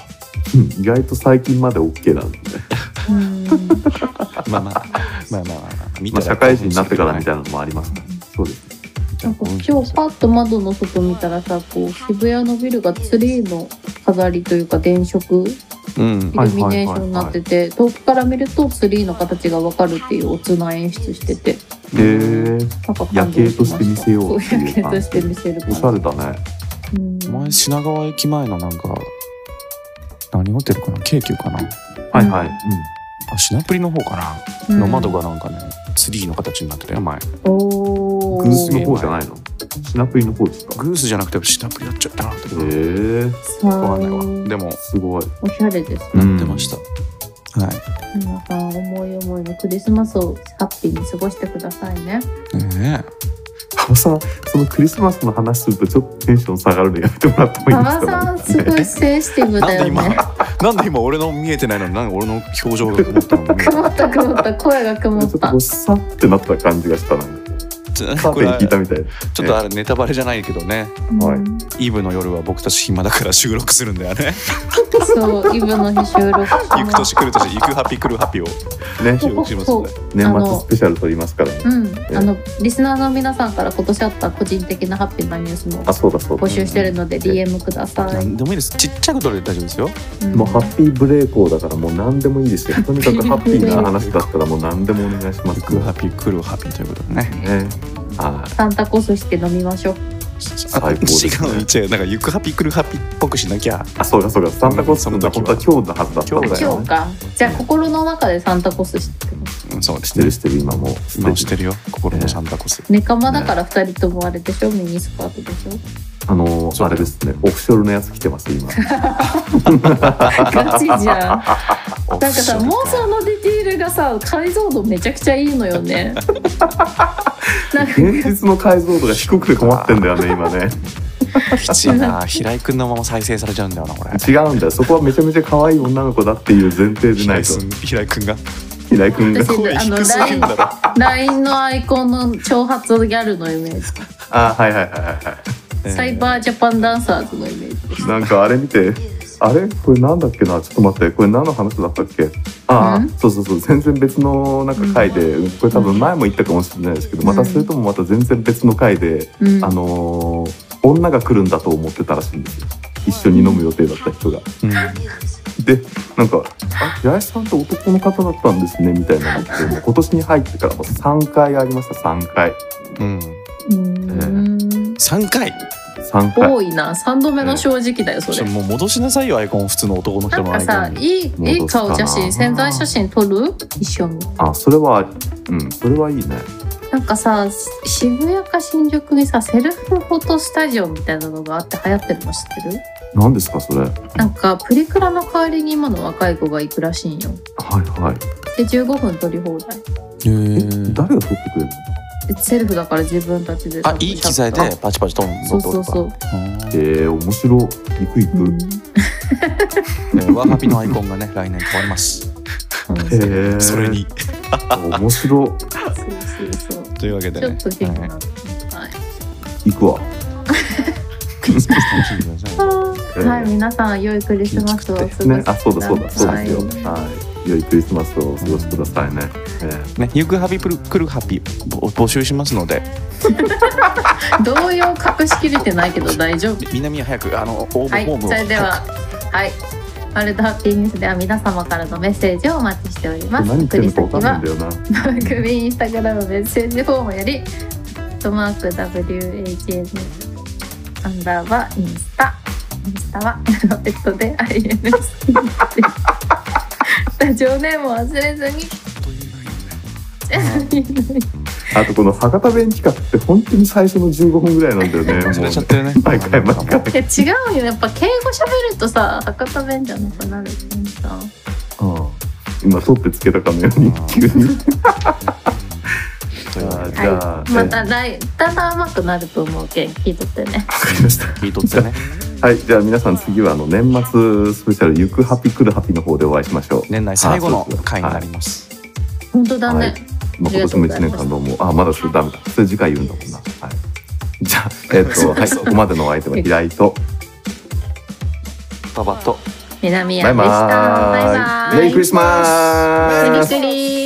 C: うん意外と最近まで OK なんでね、
D: うん
B: まあまあまあまあまあまあ見
C: まあ、社会人になってからみた
B: い
C: いなのもありますねそうです
D: なんか今日パッと窓の外見たらさ、こう渋谷のビルがツリーの飾りというか電飾イ
B: うん
D: ルミネーションになってて、遠くから見るとツリーの形がわかるっていうおつな演出してて、
C: へえ
D: なんか感動しました
C: 夜景として見せようって
D: そ
C: いう
D: 夜景として見せる
C: おしゃれだね
D: うん
B: 前品川駅前のなんか何ホテルかな京急かな
C: はいはい、
D: う
B: あシナプリの方かな、
D: うん
B: の窓がなんかねツリーの形になってたよ前
D: お
C: う
D: ー
C: ん、グースの方じゃないのシナプリの方ですか
B: グースじゃなくてシナプリだっちゃったなって
C: へえー、
D: わ
B: わかんないわでも
C: すごい
D: おしゃれです
B: なってました、はい
D: 皆さん思い思いのクリスマスをハッピーに過ごしてくださいね
B: ね
C: 馬場さんそのクリスマスの話するとちょっとテンション下がるのやめてもらってもいい
D: 馬
C: です
D: 場
C: か
D: さんすごいセンシティブ
B: え
D: だ
B: なん
D: よ
B: で今
D: ね
B: なんで今俺の見えてないのになんか俺の表 情が曇ったの見えた
D: 曇った曇った声が曇
C: なんか
D: っ
C: ちょっと
D: た
C: こうさってなった感じがしたなんか
B: ちょ
C: カー
B: こ
C: テ
B: れ
C: ン
B: は
C: 引いたみたいな
B: ちょっとあれネタバレじゃないけどね
C: はい
B: イブの夜は僕たち暇だから収録するんだよね
D: そうイブの日収録
B: 行く年来る年行くハピ来るハピを
C: ね
B: 収録しますので
C: 年
D: あ
C: 末
D: の
C: スペシャル撮りますからね
D: うん、あのリスナーの皆さんから今年あった個人的なハッピーなニュースも
C: あそうだそうだ
D: 募集してるので DM ください。
B: 何でもいいですちっちゃいことで大丈夫ですよ
D: うん
C: もうハッピーブレーコーだからもう何でもいい ですよとにかくハッピーな話だったらもう何でもお願いします
B: 行くハピ来るハピということでね
C: ねはい
D: サンタコスして飲みましょう。
C: 最高ですね
B: 違う違うなんか行くハピ来るハピっぽくしなきゃ
C: あそうかそうかサンタコスの本当は今日のはずだったん
B: そう
C: だ
B: だ
D: 今
C: よ
D: 日
C: ね
D: か。じゃあ心の中でサンタコスしてます。
B: うんそうです
C: して
B: ね
C: るしてる今もう
B: 今して
C: る
B: るよ心のサンタコス
D: ネカマだから二人ともあれでしょミニスカートでしょ
C: あの
B: そ
C: ー
B: う
C: あ
B: だよ
C: れですねオフショルのやつ来てます今
D: ガチじゃん。
B: なん
D: なんかさ、妄想のディティールがさ、解像度めちゃくちゃいいのよね。なんか
C: 現実の解像度が低くて困ってんだよね今ね
B: きついな平井くんのまま再生されちゃうんだよなこれ
C: 違うんだよそこはめちゃめちゃ可愛い女の子だっていう前提で
B: 平
C: ない
B: 井
C: と
B: すん平井くんが
C: 平井君が
D: 私
B: 声
D: あ
B: 低すぎんだろ
D: の LINE のアイコンの挑発ギャルのイメージ。
C: あはいはいはいはいは
D: サイバージャパンダンサーズのイメージ。
C: いなんかあれ見てあれこれなんだっけなちょっと待ってこれ何の話だったっけああ
D: ん
C: そうそうそう全然別のなんか回でこれ多分前も言ったかもしれないですけどま
D: う
C: た
D: ん
C: それともまた全然別の回で
D: うん
C: あのー女が来るんだと思ってたらしいんですよ一緒に飲む予定だった人が。
B: うん
C: でなんか「あ八重さんって男の方だったんですね」みたいなのってもう今年に入ってからもう3回ありました3回
B: うん
D: うん
B: 3回
C: 3回
D: 多いな3度目の正直だよそ
B: ちょ
D: れ
B: もう戻しなさいよアイコン普通の男の
D: な
B: 人
D: ん
B: の
D: か
B: アイコ
D: さ
B: ンに
D: いいいい顔写
C: 戻
D: 真
C: すかな
D: 潜在写真撮る一緒に
C: あそれはうんそれはいいね
D: なんかさ渋谷か新宿にさセルフフォトスタジオみたいなのがあって流行ってるの知ってる
C: 何ですかそれはい
D: なんかプリクラの代わりに今の若い子が行くらしいんよ
C: はい
D: で15分撮り放
B: へ
D: 題
C: え
B: ー
C: 誰が撮ってくれる
D: でセルフだから自分たちで
B: あいい機材で
D: あ
B: パチパチとん
D: そうそうそう、
C: のえー、面白い行く行く、
D: うん
B: ワーハピのアイコンがね来年変わります
D: うん
C: え
D: そう
C: ー、
B: それに
C: 面白い
D: そうそう
B: というわけで
D: ちょっ
B: ね
D: と気にな
B: は
D: るはい
C: 行くわ
B: いクリスマス楽しんでください
C: えー
D: はい、皆さん良いクリスマスをお過ごしください。
C: ねあそうだそうだそうですよ
D: はい
C: はい良いクリスマスをお過ごしくださいね、えー
B: ねゆくハピプルくるハピぼ募集しますので
D: 動揺隠しきれてないけど大丈夫。
B: 南は早くあの応募フ
D: はい、
B: ォームを
D: それでは、はい。ワールドハッピーニュースでは皆様からのメッセージをお待ちしております。
C: 何言って
D: 送
C: る
D: り
C: のか
D: 先
C: 分かんないん
D: は
C: だよな
D: 番組インスタグラムメッセージフォームより、アットマーク WHN アンダーバーインスタ。インスタはアルファベットで INS です。ラジオネームを忘れずに。
C: あとこの博多弁企画って本当に最初の15分ぐらいなんだよね。もう
B: 忘 れちゃってるね
C: 毎回毎回。
D: いや違うよやっぱ敬語喋るとさ博多弁じゃなくなるっていうさ
C: うん今取ってつけたかのように急に。
B: というわけで
C: じゃあ、
D: また来だんだん甘くなると思うけん聞いとってね
C: えーわかりました。
B: 聞いとってね
C: はい、じゃあ皆さん次はあの年末スペシャルゆくハピくるハピの方でお会いしましょう。
B: 年内最後の回になります
D: 本当
C: は
D: だ
C: い
D: ね、
C: まあ、今年も1年間どうもあまだそれダメだ。それ次回言うんだもんな。はい。じゃあえっ、と はいここまでのお相手は平井と
B: パパと
D: 南
C: バイ
D: 谷でしたバイバ
C: バ
D: イ
C: イ。メリークリスマス。
D: クリクリ